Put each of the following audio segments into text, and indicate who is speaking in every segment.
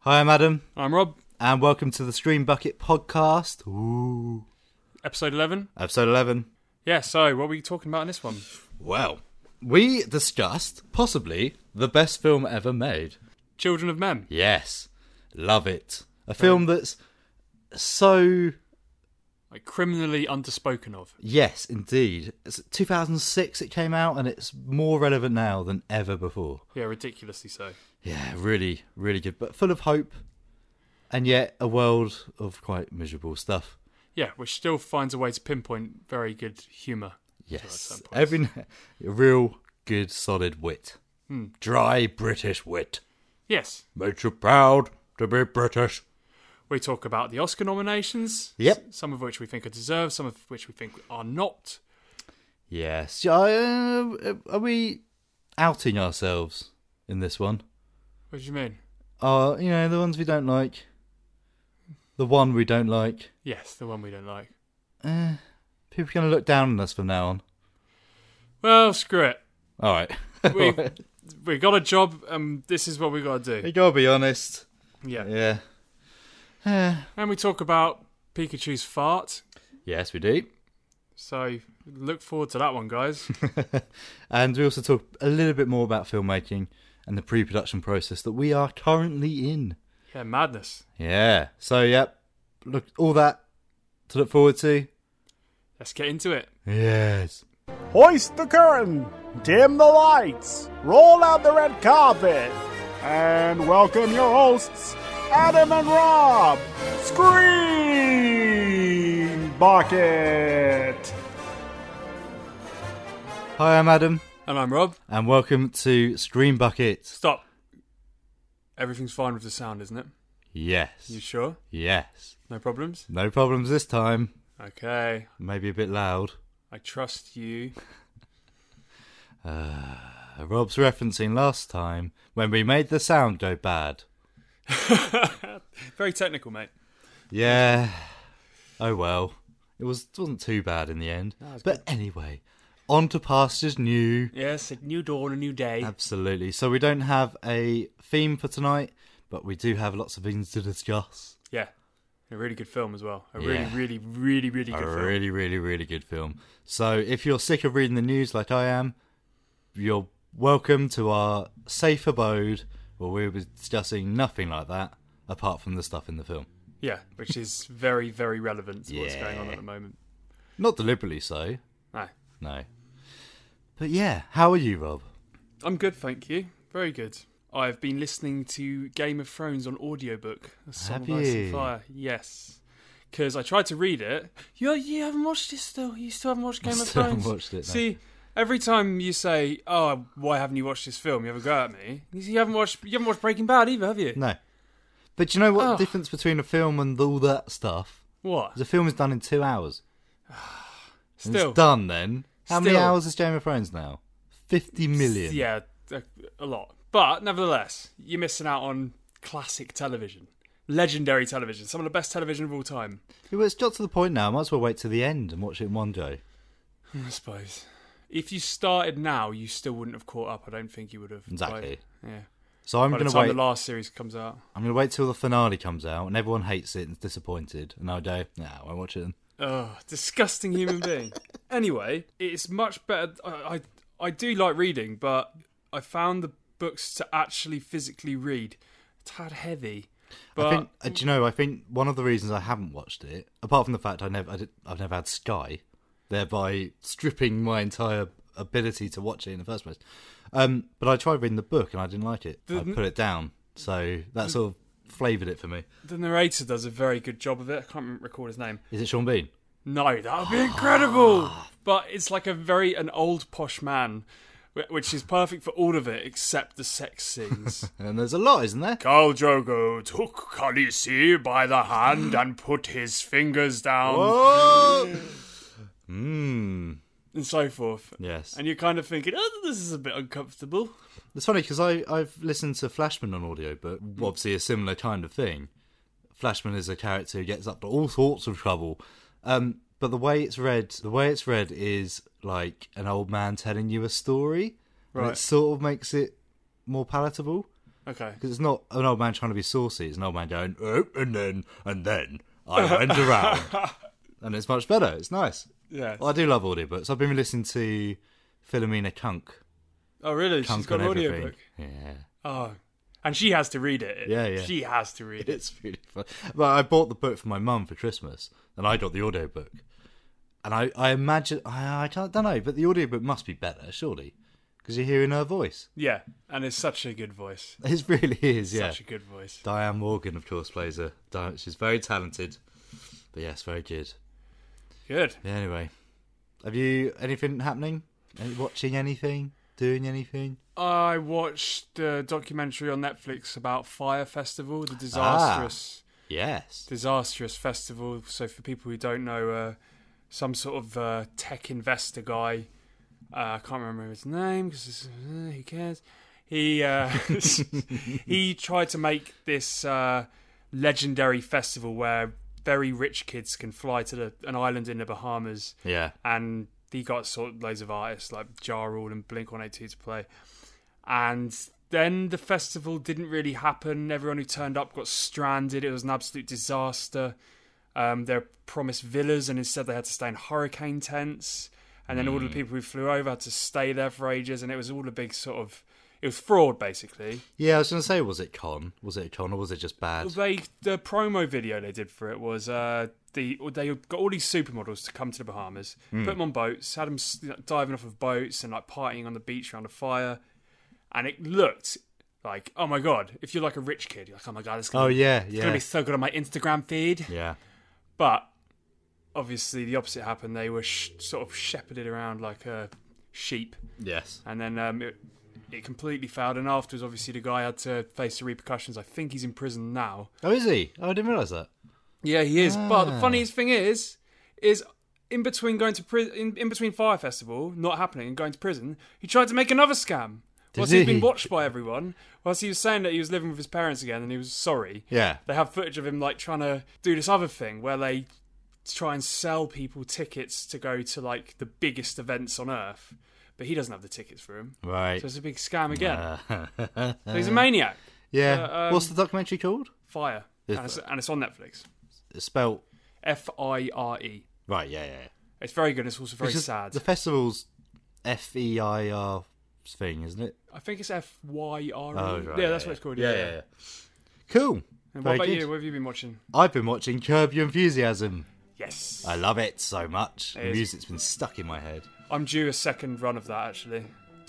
Speaker 1: Hi, I'm Adam,
Speaker 2: I'm Rob,
Speaker 1: and welcome to the Stream Bucket Podcast. Ooh.
Speaker 2: episode 11.
Speaker 1: Episode 11.
Speaker 2: Yeah, so what were you talking about in this one?
Speaker 1: Well, we discussed possibly the best film ever made.
Speaker 2: Children of Men.
Speaker 1: Yes. Love it. A film that's so.
Speaker 2: Like criminally underspoken of.
Speaker 1: Yes, indeed. It's 2006 it came out, and it's more relevant now than ever before.
Speaker 2: Yeah, ridiculously so.
Speaker 1: Yeah, really, really good, but full of hope, and yet a world of quite miserable stuff.
Speaker 2: Yeah, which still finds a way to pinpoint very good humour.
Speaker 1: Yes,
Speaker 2: some points.
Speaker 1: every real good solid wit, dry British wit
Speaker 2: Yes,
Speaker 1: makes you proud to be British.
Speaker 2: we talk about the Oscar nominations.
Speaker 1: Yep.
Speaker 2: s- Some of which we think are deserved, some of which we think are not.
Speaker 1: Yes, uh, are we outing ourselves in this one?
Speaker 2: What do you mean?
Speaker 1: Uh, you know the ones we don't like, the one we don't like.
Speaker 2: Yes, the one we don't like.
Speaker 1: Eh, people are gonna look down on us from now on.
Speaker 2: Well, screw it.
Speaker 1: All right,
Speaker 2: We we got a job, and this is what we got to do.
Speaker 1: you gotta be honest.
Speaker 2: Yeah.
Speaker 1: Yeah. Eh.
Speaker 2: And we talk about Pikachu's fart.
Speaker 1: Yes, we do.
Speaker 2: So look forward to that one, guys.
Speaker 1: And we also talk a little bit more about filmmaking and the pre production process that we are currently in.
Speaker 2: yeah, madness.
Speaker 1: Yeah. So, yep. Look, all that to look forward to.
Speaker 2: Let's get into it.
Speaker 1: Yes.
Speaker 3: Hoist the curtain, dim the lights, roll out the red carpet, and welcome your hosts, Adam and Rob. Scream Bucket!
Speaker 1: Hi, I'm Adam,
Speaker 2: And I'm Rob.
Speaker 1: and welcome to Stream Bucket.
Speaker 2: Stop. Everything's fine with the sound, isn't it? You
Speaker 1: Yes.
Speaker 2: sure?
Speaker 1: Yes.
Speaker 2: No problems?
Speaker 1: No problems this time.
Speaker 2: Okay.
Speaker 1: Maybe a bit loud.
Speaker 2: I trust you.
Speaker 1: Uh, Rob's referencing last time when we made the sound go bad.
Speaker 2: Very technical, mate.
Speaker 1: Yeah. Oh well. It was it wasn't too bad in the end. but anyway, on to pastures new.
Speaker 2: Yes, a new dawn, a new day.
Speaker 1: Um, Absolutely. So we don't have a theme for tonight, but we do have lots of things to discuss.
Speaker 2: yeah. A really good film as well. A
Speaker 1: Yeah.
Speaker 2: really, really, really, really good
Speaker 1: a
Speaker 2: film.
Speaker 1: really, really, really good film. So if you're sick of reading the news like I am, you're welcome to our safe abode where we'll be discussing nothing like that apart from the stuff in the film.
Speaker 2: Yeah, which is very, very relevant to what's
Speaker 1: Yeah.
Speaker 2: going on at the moment.
Speaker 1: Not deliberately so,
Speaker 2: Ah,
Speaker 1: no. But yeah, how are you, Rob?
Speaker 2: I'm good, thank you. Very good. I've been listening to Game of Thrones on audiobook. A Song
Speaker 1: Have
Speaker 2: of Ice and
Speaker 1: you?
Speaker 2: Fire. Yes. Because I tried to read it. You, you haven't watched it still. You still haven't watched Game of
Speaker 1: still haven't
Speaker 2: Thrones.
Speaker 1: watched it, no.
Speaker 2: See, every time you say, "Oh, why haven't you watched this film?" You have a go at me. You see, you haven't watched. You haven't watched Breaking Bad either, have you?
Speaker 1: No. But you know what
Speaker 2: Oh.
Speaker 1: the difference between a film and all that stuff?
Speaker 2: What?
Speaker 1: The film is done in two hours. And
Speaker 2: Still.
Speaker 1: It's done then. How many
Speaker 2: Still.
Speaker 1: hours is Game of Thrones now? 50 million.
Speaker 2: Yeah, a, a lot. But nevertheless, you're missing out on classic television, legendary television, some of the best television of all time.
Speaker 1: Well, It's got to the point now. I might as well wait to the end and watch it in one go.
Speaker 2: I suppose. If you started now, you still wouldn't have caught up. I don't think you would have.
Speaker 1: Exactly.
Speaker 2: Like, yeah.
Speaker 1: So I'm
Speaker 2: By the
Speaker 1: going to
Speaker 2: time
Speaker 1: wait.
Speaker 2: the last series comes out.
Speaker 1: I'm going to wait till the finale comes out and everyone hates it and is disappointed. And I'll go, nah, I won't watch it then.
Speaker 2: Oh, disgusting human being. Anyway, it's much better. I, I I do like reading, but I found the books to actually physically read a tad heavy. But
Speaker 1: I think, uh, do you know, I think one of the reasons I haven't watched it, apart from the fact I never, I did, I've never had Sky, thereby stripping my entire ability to watch it in the first place. Um, but I tried reading the book and I didn't like it. I put it down. So that sort of flavoured it for me.
Speaker 2: the narrator does a very good job of it. I can't recall his name.
Speaker 1: Is it Sean Bean?
Speaker 2: No, that would be incredible. But it's like a very an old posh man, wh- which is perfect for all of it except the sex scenes.
Speaker 1: And there's a lot, isn't there?
Speaker 2: Khal Drogo took Khaleesi by the hand and put his fingers down
Speaker 1: Oh! Mmm.
Speaker 2: and so forth.
Speaker 1: Yes.
Speaker 2: And you're kind of thinking, oh, this is a bit uncomfortable.
Speaker 1: It's funny because I've listened to Flashman on audiobook, obviously a similar kind of thing. Flashman is a character who gets up to all sorts of trouble. Um, but the way it's read, the way it's read is like an old man telling you a story, and it
Speaker 2: Right.
Speaker 1: sort of makes it more palatable.
Speaker 2: Okay.
Speaker 1: Because it's not an old man trying to be saucy. It's an old man going, oh, and then, and then I went around. and it's much better. It's nice.
Speaker 2: Yeah.
Speaker 1: Well, I do love audiobooks. I've been listening to Philomena Kunk.
Speaker 2: Oh, really?
Speaker 1: Kunk
Speaker 2: She's got
Speaker 1: on
Speaker 2: an
Speaker 1: everything.
Speaker 2: audiobook.
Speaker 1: Yeah.
Speaker 2: Oh. And she has to read it.
Speaker 1: Yeah, yeah.
Speaker 2: She has to read it.
Speaker 1: It's really fun. But I bought the book for my mum for Christmas, and I got the audiobook. And I, I imagine, I, I can't, don't know, but the audiobook must be better, surely, because you're hearing her voice.
Speaker 2: Yeah. And it's such a good voice.
Speaker 1: It really is, yeah.
Speaker 2: Such a good voice.
Speaker 1: Diane Morgan, of course, plays her. Di- She's very talented, but yes, very good.
Speaker 2: Good.
Speaker 1: Yeah, anyway, have you anything happening? Any- Watching anything? Doing anything?
Speaker 2: I watched a documentary on Netflix about Fire Festival,
Speaker 1: Ah.
Speaker 2: the disastrous,
Speaker 1: Yes.
Speaker 2: disastrous festival. So, for people who don't know, uh, some sort of uh, tech investor guy, uh, I can't remember his name because uh, who cares? He uh, he tried to make this uh, legendary festival where very rich kids can fly to the, an island in the Bahamas
Speaker 1: Yeah.
Speaker 2: and he got sort of loads of artists like Ja Rule and Blink 182 to play. And then the festival didn't really happen. Everyone who turned up got stranded. It was an absolute disaster. Um, they were promised villas, and instead they had to stay in hurricane tents. And then all the people who flew over had to stay there for ages, and it was all a big sort of it was fraud basically.
Speaker 1: Yeah, I was going to say, was it con? Was it a con, or was it just bad?
Speaker 2: They the promo video they did for it was uh, the they got all these supermodels to come to the Bahamas,
Speaker 1: Hmm.
Speaker 2: put them on boats, had them diving off of boats and like partying on the beach around a fire, and it looked like oh my god! If you're like a rich kid, you're like oh my god, it's gonna,
Speaker 1: Oh, yeah,
Speaker 2: it's gonna
Speaker 1: yeah.
Speaker 2: be so good on my Instagram feed.
Speaker 1: Yeah.
Speaker 2: But obviously the opposite happened. They were sh- sort of shepherded around like a sheep
Speaker 1: Yes.
Speaker 2: and then um, it, it completely failed. And afterwards, obviously, the guy had to face the repercussions. I think he's in prison now.
Speaker 1: Oh, is he? Oh, I didn't realise that.
Speaker 2: Yeah, he is. But
Speaker 1: Ah.
Speaker 2: the funniest thing is, is in between going to prison, in, in between Fire Festival not happening and going to prison, he tried to make another scam. Whilst
Speaker 1: he?
Speaker 2: he'd been watched by everyone, whilst he was saying that he was living with his parents again and he was sorry.
Speaker 1: Yeah.
Speaker 2: They have footage of him like trying to do this other thing where they try and sell people tickets to go to like the biggest events on earth, but he doesn't have the tickets for him.
Speaker 1: Right.
Speaker 2: So it's a big scam again.
Speaker 1: Uh,
Speaker 2: So he's a maniac.
Speaker 1: yeah.
Speaker 2: uh, um,
Speaker 1: What's the documentary called?
Speaker 2: Fire.
Speaker 1: Is
Speaker 2: And it's, and it's on Netflix.
Speaker 1: It's spelt
Speaker 2: F I R E.
Speaker 1: right. Yeah, yeah. yeah.
Speaker 2: It's very good. It's also very
Speaker 1: It's just-
Speaker 2: sad.
Speaker 1: The festival's F E I R thing, isn't it?
Speaker 2: I think it's F Y R E.
Speaker 1: Oh, right,
Speaker 2: yeah, that's what it's called. Yeah. yeah.
Speaker 1: Cool.
Speaker 2: And what
Speaker 1: Very
Speaker 2: about
Speaker 1: good.
Speaker 2: you? What have you been watching?
Speaker 1: I've been watching Curb Your Enthusiasm.
Speaker 2: Yes.
Speaker 1: I love it so much. the
Speaker 2: is-
Speaker 1: music's been stuck in my head.
Speaker 2: I'm due a second run of that, actually.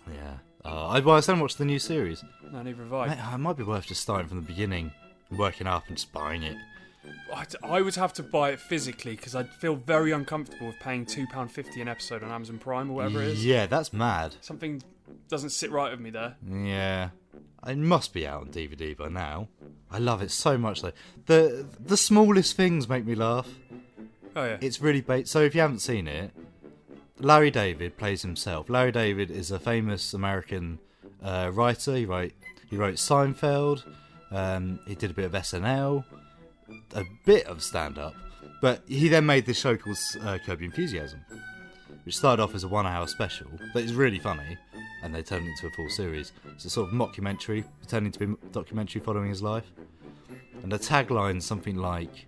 Speaker 1: Yeah. Uh, I, well, I still watched the new series.
Speaker 2: No, neither have I.
Speaker 1: Mate, It might be worth just starting from the beginning, working up and just buying it.
Speaker 2: I d- I would have to buy it physically because I'd feel very uncomfortable with paying £2.50 an episode on Amazon Prime or whatever it is.
Speaker 1: Yeah, that's mad.
Speaker 2: Something doesn't sit right with me there.
Speaker 1: Yeah, it must be out on DVD by now. I love it so much though. The the smallest things make me laugh.
Speaker 2: Oh, yeah.
Speaker 1: It's really bait. So if you haven't seen it, Larry David plays himself. Larry David is a famous American uh, writer. He wrote he wrote Seinfeld. Um, he did a bit of SNL, a bit of stand up, but he then made this show called uh, Curb Your Enthusiasm, which started off as a one hour special that is really funny, and they turned it into a full series. It's a sort of mockumentary, pretending to be a documentary following his life, and the tagline's something like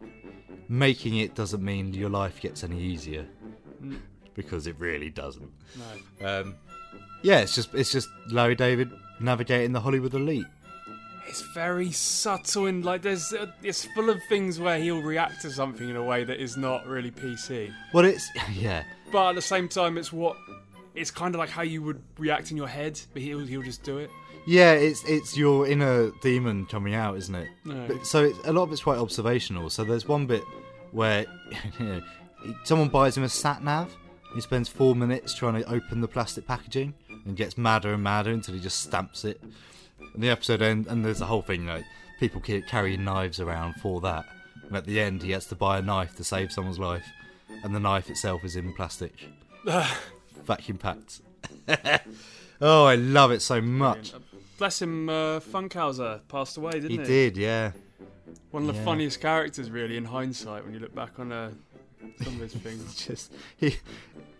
Speaker 1: making it doesn't mean your life gets any easier because it really doesn't.
Speaker 2: No.
Speaker 1: Um, yeah, it's just it's just Larry David navigating the Hollywood elite.
Speaker 2: It's very subtle and like there's uh, it's full of things where he'll react to something in a way that is not really PC.
Speaker 1: Well, it's yeah,
Speaker 2: But at the same time, it's what it's kind of like how you would react in your head, but he'll he'll just do it.
Speaker 1: yeah. It's it's your inner demon coming out, isn't it?
Speaker 2: No.
Speaker 1: But, so it's, a lot of it's quite observational. So there's one bit where someone buys him a sat nav. He spends four minutes trying to open the plastic packaging and gets madder and madder until he just stamps it. And the episode ends, and there's a whole thing like people ca- carrying knives around for that. And at the end, he has to buy a knife to save someone's life, and the knife itself is in plastic, vacuum packed. oh, I love it so much.
Speaker 2: Bless him, uh, Funkhauser passed away, didn't
Speaker 1: He
Speaker 2: he?
Speaker 1: did, yeah.
Speaker 2: One of the
Speaker 1: yeah.
Speaker 2: funniest characters, really, in hindsight, when you look back on uh, some of his things.
Speaker 1: just he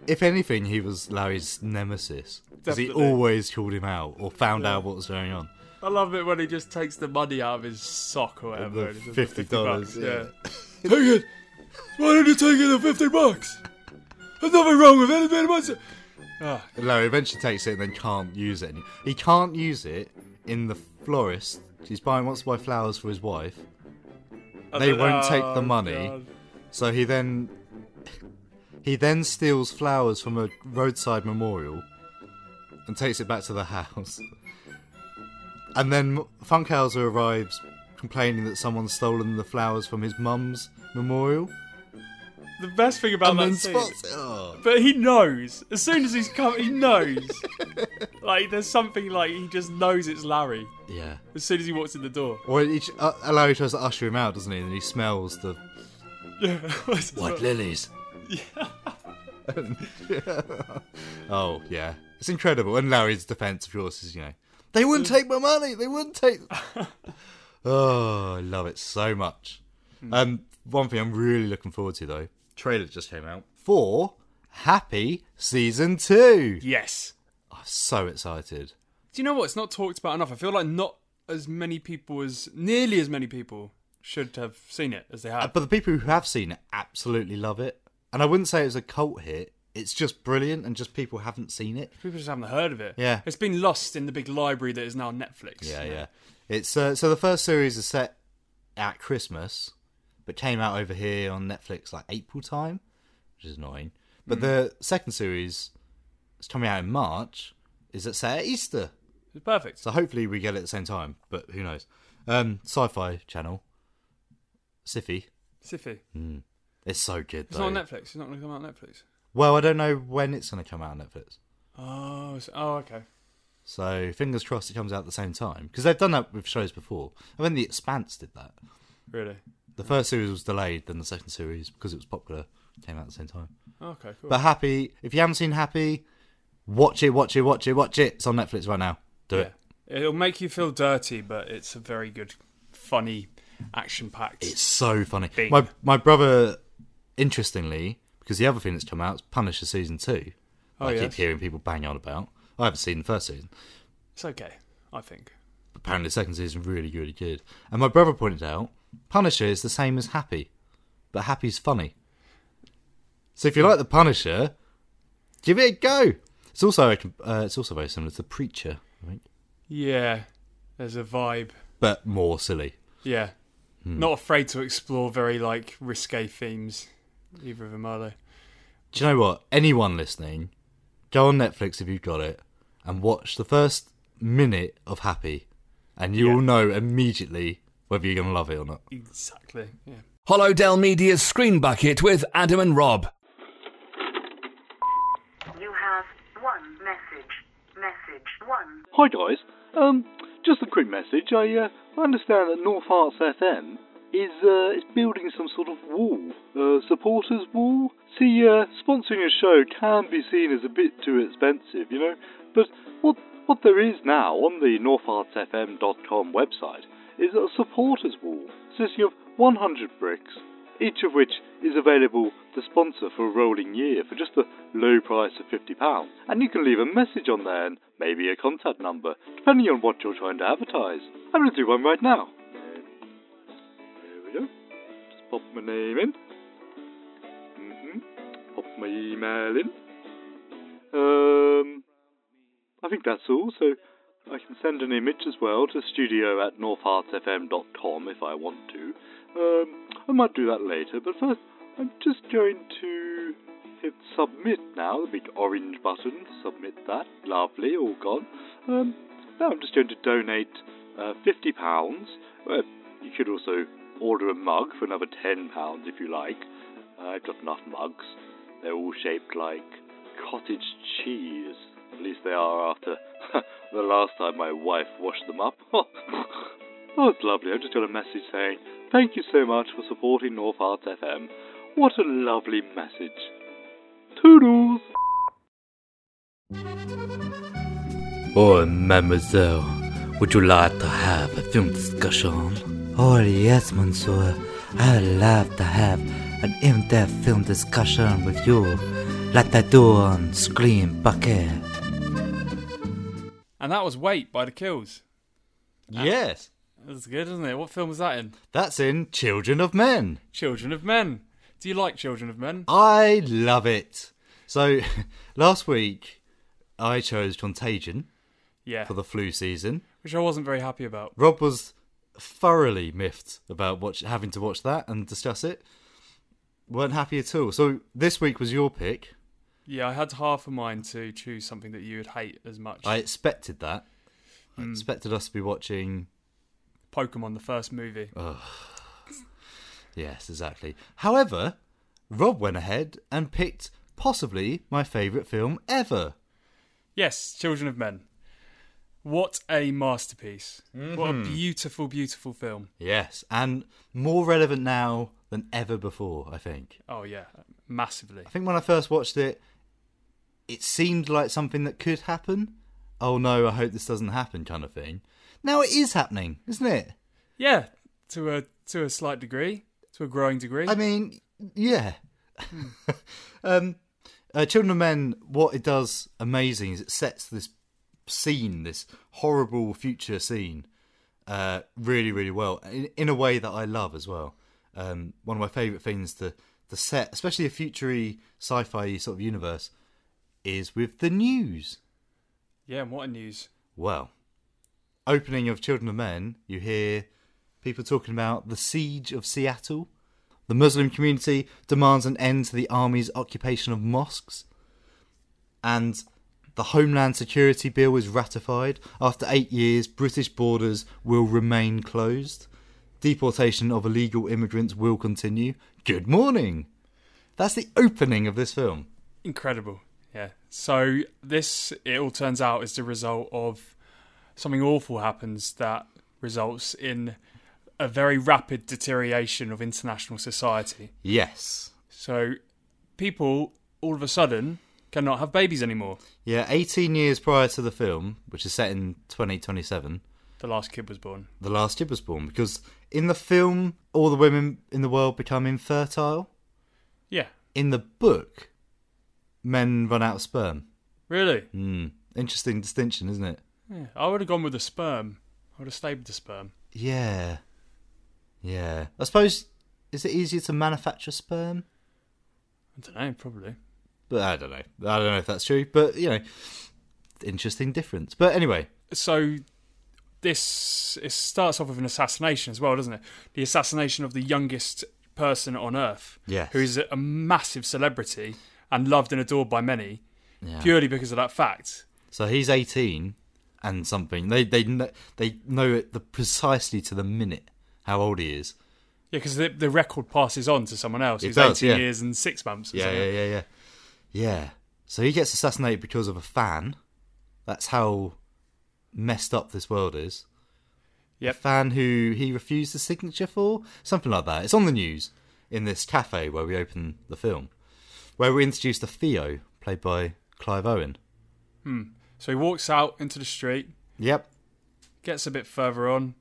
Speaker 1: if anything he was larry's nemesis because he
Speaker 2: Definitely.
Speaker 1: always called him out or found out what was going on
Speaker 2: I love it when he just takes the money out of his sock or whatever. and it's just
Speaker 4: fifty dollars.
Speaker 2: bucks, Hey, kid, why don't you take it at 50 bucks? There's nothing wrong with anything about it.
Speaker 4: Larry eventually takes it and then can't use it. any- He can't use it in the florist. He's buying wants to buy flowers for his wife, They won't take
Speaker 2: oh,
Speaker 4: the money. so he then he then steals flowers from a roadside memorial and takes it back to the house. And then Funkhauser arrives complaining that someone's stolen the flowers from his mum's memorial
Speaker 2: The best thing about
Speaker 4: and
Speaker 2: that
Speaker 4: then
Speaker 2: scene,
Speaker 4: spots it. Oh.
Speaker 2: but he knows. As soon as he's come, he knows. like there's something like he just knows it's Larry.
Speaker 4: Yeah.
Speaker 2: As soon as he walks in the door.
Speaker 4: Or he, uh, Larry tries to usher him out, doesn't he? And he smells the
Speaker 2: Yeah.
Speaker 4: White lilies. oh yeah, it's incredible. And Larry's defense, of course, is you know they wouldn't take my money. They wouldn't take. oh, I love it so much. Um, one thing I'm really looking forward to though. Trailer just came out for Happy Season Two.
Speaker 2: yes.
Speaker 4: I'm so excited.
Speaker 2: Do you know what? It's not talked about enough. I feel like not as many people as nearly as many people should have seen it as they have.
Speaker 4: But the people who have seen it absolutely love it. And I wouldn't say it was a cult hit. It's just brilliant, and just people haven't seen it.
Speaker 2: people just haven't heard of it.
Speaker 4: Yeah.
Speaker 2: It's been lost in the big library that is now Netflix.
Speaker 4: Yeah, yeah. It's uh, so the first series is set at Christmas, but came out over here on Netflix like April time, which is annoying. But
Speaker 2: Mm-hmm.
Speaker 4: the second series, it's coming out in March, is it set at Easter?
Speaker 2: It's perfect.
Speaker 4: So hopefully we get it at the same time, but who knows? Um, Sci-fi channel, Siffy.
Speaker 2: Siffy.
Speaker 4: It's so good
Speaker 2: It's
Speaker 4: though.
Speaker 2: not on Netflix. It's not going to come out on Netflix.
Speaker 4: well, I don't know when it's going to come out on Netflix.
Speaker 2: Oh, it's- oh, okay.
Speaker 4: So fingers crossed it comes out at the same time because they've done that with shows before. I mean, The Expanse did that.
Speaker 2: Really?
Speaker 4: The first series was delayed, then the second series, because it was popular, came out at the same time.
Speaker 2: Oh, Okay, cool.
Speaker 4: But Happy, if you haven't seen Happy, watch it, watch it, watch it, watch it. It's on Netflix right now. Do
Speaker 2: yeah.
Speaker 4: it.
Speaker 2: It'll make you feel dirty, but it's a very good, funny, action-packed.
Speaker 4: It's so funny.
Speaker 2: Bing.
Speaker 4: My my brother, interestingly, because the other thing that's come out is Punisher season two.
Speaker 2: Oh,
Speaker 4: I keep
Speaker 2: yes.
Speaker 4: hearing people bang on about. I haven't seen the first season.
Speaker 2: It's okay, I think.
Speaker 4: But apparently, the second season really, really good. And my brother pointed out Punisher is the same as Happy, but Happy's funny. So if you like the Punisher, give it a go. It's also uh, it's also very similar to the Preacher, I think,
Speaker 2: Yeah, there's a vibe.
Speaker 4: but more silly.
Speaker 2: Yeah,
Speaker 4: Hmm.
Speaker 2: not afraid to explore very like risque themes. Either of them are they?
Speaker 4: Do you know what? Anyone listening, go on Netflix if you've got it and watch the first minute of Happy, and you will know immediately whether you're going to love it or not.
Speaker 2: Exactly. Yeah.
Speaker 5: Hollowdale Media's Screen Bucket with Adam and Rob.
Speaker 6: You have one message. Message one.
Speaker 1: Hi guys, um, just a quick message. I, uh, I understand that North Hearts FM is uh, is building some sort of wall, uh, supporters wall. See, uh, sponsoring a show can be seen as a bit too expensive, you know. But what what there is now on the NorthHeartsFM.com website is a supporters wall consisting of 100 bricks, each of which is available to sponsor for a rolling year for just the low price of £50. And you can leave a message on there and maybe a contact number, depending on what you're trying to advertise. I'm going to do one right now. Um, There we go. Just pop my name in. hmm Pop my email in. Um, I think that's all. So I can send an image as well to studio at northheartsfm.com if I want to. Um, I might do that later, but first I'm just going to hit submit now, the big orange button, submit that, lovely, all gone. Um, now I'm just going to donate uh, £50. Well, you could also order a mug for another £10 if you like. Uh, I've got enough mugs. They're all shaped like cottage cheese. At least they are after the last time my wife washed them up. oh, it's lovely. I've just got a message saying, Thank you so much for supporting North Arts FM. What a lovely message. Toodles!
Speaker 4: Oh, mademoiselle, would you like to have a film discussion?
Speaker 7: Oh, yes, Monsieur. I would love to have an in depth film discussion with you, like I do on Screen Bucket.
Speaker 2: And that was Wait by the Kills.
Speaker 4: Yes.
Speaker 2: That's good, isn't it? What film was that in?
Speaker 4: That's in Children of Men.
Speaker 2: Children of Men. Do you like Children of
Speaker 4: Uh,
Speaker 2: Men?
Speaker 4: I love it. So last week I chose Contagion
Speaker 2: Yeah.
Speaker 4: for the flu season.
Speaker 2: Which I wasn't very happy about.
Speaker 4: Rob was thoroughly miffed about watch, having to watch that and discuss it. weren't happy at all. So this week was your pick.
Speaker 2: Yeah, I had half a mind to choose something that you would hate as much.
Speaker 4: I expected that. I expected us to be watching.
Speaker 2: Pokemon, the first movie.
Speaker 4: Yes, exactly. However, Rob went ahead and picked possibly my favourite film ever.
Speaker 2: Yes, Children of Men. What a masterpiece. What
Speaker 4: Mm-hmm.
Speaker 2: a beautiful, beautiful film.
Speaker 4: Yes, and more relevant now than ever before, I think.
Speaker 2: Oh, yeah, massively.
Speaker 4: I think when I first watched it, it seemed like something that could happen. Oh no, I hope this doesn't happen, kind of thing. Now it is happening, isn't it?
Speaker 2: Yeah, to a to a slight degree, to a growing degree.
Speaker 4: I mean, yeah. um, uh, Children of Men, what it does amazing is it sets this scene, this horrible future scene, uh, really, really well in, in a way that I love as well. Um, one of my favourite things to the set, especially a future sci-fi sort of universe, is with the news.
Speaker 2: yeah, and what a news.
Speaker 4: Well, opening of Children of Men, you hear people talking about the siege of Seattle. The Muslim community demands an end to the army's occupation of mosques. And the Homeland Security Bill is ratified. After eight years, British borders will remain closed. Deportation of illegal immigrants will continue. Good morning! That's the opening of this film.
Speaker 2: Incredible. Yeah. So this, it all turns out, is the result of something awful happens that results in a very rapid deterioration of international society.
Speaker 4: Yes.
Speaker 2: So people all of a sudden cannot have babies anymore.
Speaker 4: Yeah, 18 years prior to the film, which is set in 2027,
Speaker 2: The last kid was born.
Speaker 4: the last kid was born because in the film, all the women in the world become infertile.
Speaker 2: Yeah.
Speaker 4: In the book, men run out of sperm.
Speaker 2: Really?
Speaker 4: Hmm. Interesting distinction, isn't it?
Speaker 2: Yeah. I would have gone with the sperm. I would have stayed with the sperm.
Speaker 4: Yeah. Yeah. I suppose, is it easier to manufacture sperm?
Speaker 2: I don't know, probably.
Speaker 4: But I don't know. I don't know if that's true, but you know, interesting difference. But anyway,
Speaker 2: so this it starts off with an assassination as well, doesn't it? The assassination of the youngest person on Earth,
Speaker 4: Yes.
Speaker 2: who is a massive celebrity and loved and adored by many,
Speaker 4: yeah.
Speaker 2: purely because of that fact.
Speaker 4: So he's 18 and something. They they kn- they know it the precisely to the minute how old he is.
Speaker 2: Yeah, because the, the record passes on to someone else
Speaker 4: It
Speaker 2: who's
Speaker 4: does,
Speaker 2: 18
Speaker 4: yeah.
Speaker 2: years and six months. Or
Speaker 4: Yeah,
Speaker 2: something.
Speaker 4: yeah, yeah, yeah. Yeah. So he gets assassinated because of a fan. That's how messed up this world is.
Speaker 2: Yep.
Speaker 4: A fan who he refused the signature for, something like that. It's on the news in this cafe where we open the film, where we introduce the Theo, played by Clive Owen.
Speaker 2: So he walks out into the street,
Speaker 4: Yep.
Speaker 2: gets a bit further on,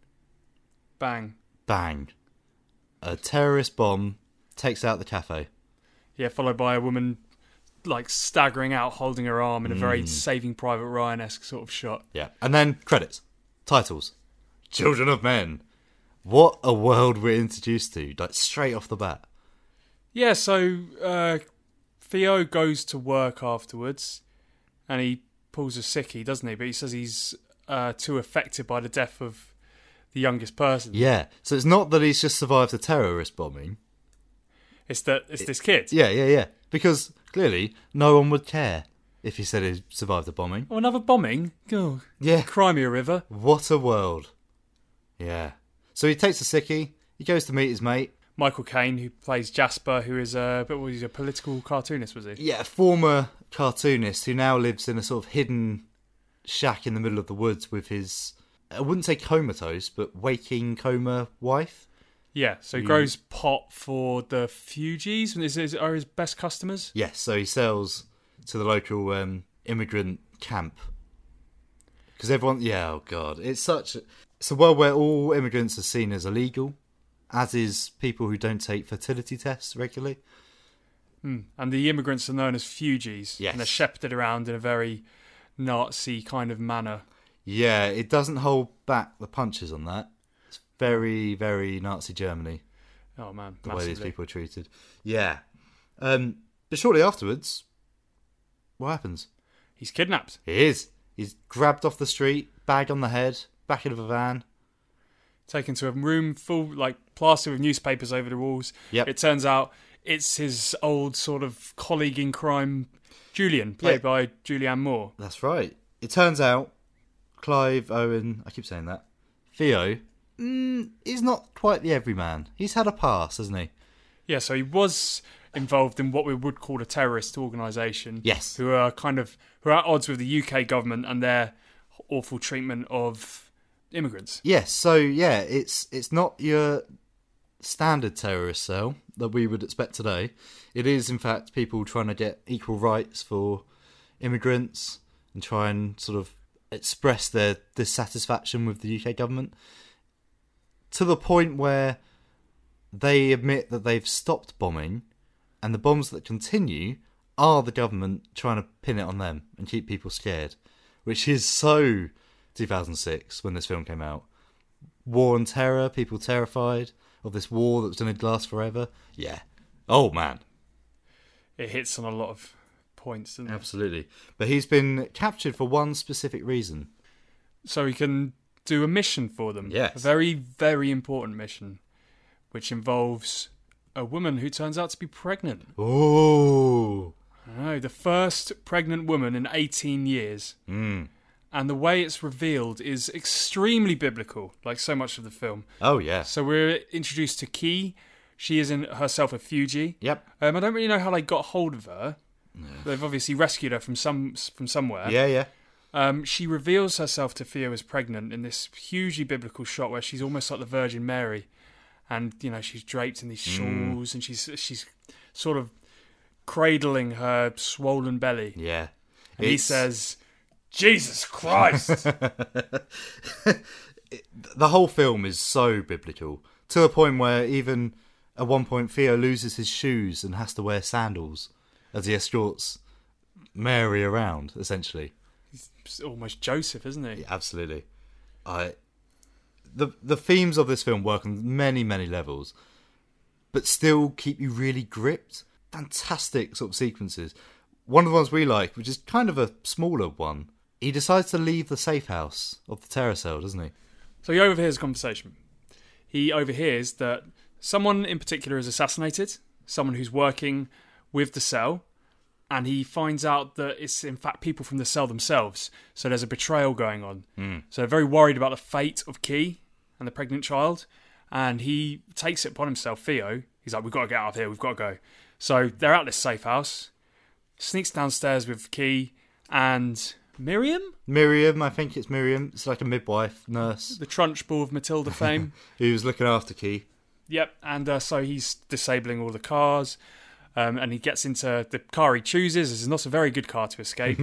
Speaker 2: bang.
Speaker 4: Bang. A terrorist bomb takes out the cafe.
Speaker 2: Yeah, followed by a woman like staggering out, holding her arm in a
Speaker 4: Hmm.
Speaker 2: very Saving Private Ryan esque sort of shot.
Speaker 4: Yeah. And then credits, titles, Children of Men. What a world we're introduced to, like straight off the bat.
Speaker 2: Yeah, so uh, Theo goes to work afterwards and he pulls a sickie, doesn't he? But he says he's uh, too affected by the death of the youngest person.
Speaker 4: Yeah. So it's not that he's just survived a terrorist bombing.
Speaker 2: It's that it's this kid.
Speaker 4: Yeah, yeah, yeah. Because clearly no one would care if he said he survived a bombing.
Speaker 2: Oh, another bombing? Oh,
Speaker 4: Yeah.
Speaker 2: cry me a river.
Speaker 4: What a world. Yeah. So he takes a sickie, he goes to meet his mate.
Speaker 2: Michael Caine, who plays Jasper, who is a but was he a political cartoonist, was he?
Speaker 4: Yeah, a former cartoonist who now lives in a sort of hidden shack in the middle of the woods with his I wouldn't say comatose, but waking coma wife.
Speaker 2: Yeah. So
Speaker 4: Mm.
Speaker 2: he grows pot for the Fugees, and is, is are his best customers.
Speaker 4: Yes, so he sells to the local um, immigrant camp because everyone. Yeah, oh god, it's such. It's a world where all immigrants are seen as illegal, as is people who don't take fertility tests regularly.
Speaker 2: And the immigrants are known as Fugees,
Speaker 4: Yes.
Speaker 2: and they're shepherded around in a very Nazi kind of manner.
Speaker 4: Yeah, it doesn't hold back the punches on that. It's very, very Nazi Germany
Speaker 2: Oh man,
Speaker 4: the way these
Speaker 2: massively.
Speaker 4: people are treated. Yeah. Um, but shortly afterwards, what happens?
Speaker 2: He's kidnapped.
Speaker 4: He is. He's grabbed off the street, bag on the head, back into a van.
Speaker 2: taken to a room full, like plastered with newspapers over the walls.
Speaker 4: Yep.
Speaker 2: It turns out it's his old sort of colleague in crime, Julian, played by Julianne Moore.
Speaker 4: That's right. It turns out Clive Owen, I keep saying that, Theo, mm, is not quite the everyman. He's had a pass, hasn't he?
Speaker 2: Yeah, so he was involved in what we would call a terrorist organisation.
Speaker 4: Yes.
Speaker 2: Who are kind of who are at odds with the UK government and their awful treatment of immigrants.
Speaker 4: Yes. So yeah, it's it's not your standard terrorist cell that we would expect today. It is in fact people trying to get equal rights for immigrants and try and sort of express their dissatisfaction with the UK government to the point where they admit that they've stopped bombing and the bombs that continue are the government trying to pin it on them and keep people scared, which is so 2006 when this film came out. War and terror, people terrified of this war that was going to last forever. Yeah. Oh man,
Speaker 2: It hits on a lot of points, doesn't it?
Speaker 4: absolutely. But he's been captured for one specific reason.
Speaker 2: So he can do a mission for them.
Speaker 4: Yes.
Speaker 2: A very, very important mission, which involves a woman who turns out to be pregnant.
Speaker 4: Oh.
Speaker 2: No, the first pregnant woman in 18 years.
Speaker 4: Hmm.
Speaker 2: And the way it's revealed is extremely biblical, like so much of the film.
Speaker 4: Oh yes.
Speaker 2: So we're introduced to Key. She is in herself a Fuji.
Speaker 4: Yep.
Speaker 2: Um, I don't really know how they got hold of her. They've obviously rescued her from some from somewhere.
Speaker 4: Yeah, yeah.
Speaker 2: Um, she reveals herself to Theo as pregnant in this hugely biblical shot where she's almost like the Virgin Mary, and you know she's draped in these
Speaker 4: Mm.
Speaker 2: shawls and she's she's sort of cradling her swollen belly.
Speaker 4: Yeah.
Speaker 2: And he
Speaker 4: It's-
Speaker 2: says, "Jesus Christ!"
Speaker 4: the whole film is so biblical to the point where even at one point Theo loses his shoes and has to wear sandals as he escorts Mary around. Essentially,
Speaker 2: it's almost Joseph, isn't he?
Speaker 4: absolutely. I the the themes of this film work on many many levels, but still keep you really gripped. Fantastic sort of sequences. One of the ones we like, which is kind of a smaller one. He decides to leave the safe house of the terror cell, doesn't he?
Speaker 2: So he overhears a conversation. He overhears that someone in particular is assassinated, someone who's working with the cell, and he finds out that it's in fact people from the cell themselves. So there's a betrayal going on. So they're very worried about the fate of Key and the pregnant child, and he takes it upon himself, Theo. He's like, We've got to get out of here, we've got to go. So they're at this safe house, sneaks downstairs with Key and Miriam,
Speaker 4: Miriam, I think it's Miriam. It's like a midwife nurse
Speaker 2: the trunchbull of Matilda fame.
Speaker 4: who's looking after Key.
Speaker 2: Yep, and uh, so he's disabling all the cars, um, and he gets into the car he chooses. This is not a very good car to escape.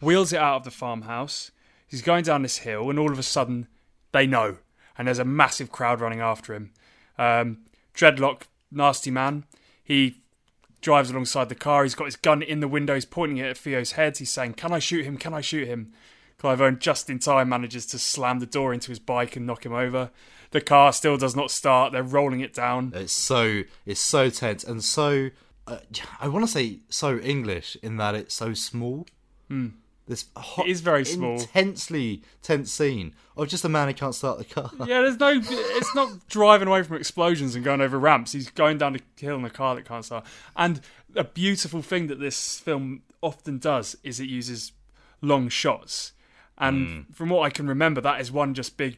Speaker 2: wheels it out of the farmhouse. He's going down this hill, and all of a sudden, they know, and there's a massive crowd running after him. Um, Dreadlock, nasty man, he drives alongside the car. He's got his gun in the window, he's pointing it at Theo's head. He's saying, "Can I shoot him? Can I shoot him?" Clive Owen just in time manages to slam the door into his bike and knock him over. The car still does not start. They're rolling it down.
Speaker 4: It's so it's so tense and so uh, I want to say so English in that it's so small. This hot,
Speaker 2: Hmm. It is very small.
Speaker 4: intensely tense scene of just a man who can't start the car.
Speaker 2: Yeah, there's no. It's not driving away from explosions and going over ramps. He's going down a hill in a car that can't start. And a beautiful thing that this film often does is it uses long shots. And
Speaker 4: Hmm.
Speaker 2: from what I can remember, that is one just big.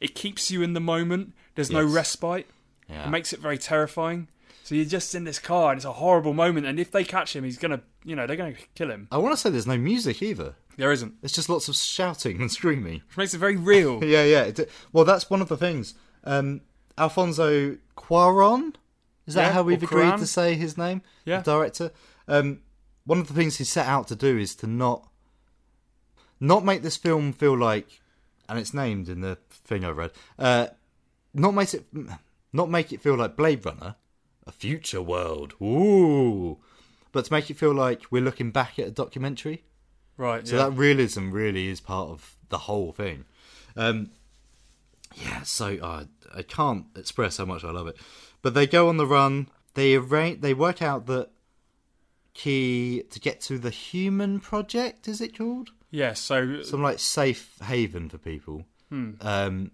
Speaker 2: It keeps you in the moment. There's no
Speaker 4: Yes.
Speaker 2: respite.
Speaker 4: Yeah.
Speaker 2: It makes it very terrifying. So you're just in this car, and it's a horrible moment. And if they catch him, he's gonna, you know, they're gonna kill him.
Speaker 4: I want to say there's no music either.
Speaker 2: There isn't,
Speaker 4: It's just lots of shouting and screaming.
Speaker 2: which makes it very real.
Speaker 4: yeah, yeah. It- well, that's one of the things. Um, Alfonso Cuaron, is that
Speaker 2: Yeah,
Speaker 4: how we've
Speaker 2: or
Speaker 4: agreed
Speaker 2: Cuarón.
Speaker 4: to say his name?
Speaker 2: Yeah.
Speaker 4: The director. Um, one of the things he set out to do is to not, not make this film feel like, and it's named in the thing I read. Uh, not make it, not make it feel like Blade Runner, a future world. Ooh. But to make it feel like we're looking back at a documentary
Speaker 2: Right.
Speaker 4: So
Speaker 2: yeah.
Speaker 4: that realism really is part of the whole thing. Um, yeah, so uh, I can't express how much I love it. But they go on the run. They arrange. They work out that key to get to the Human Project. Is it called?
Speaker 2: yeah. So
Speaker 4: Some like safe haven for people. Um,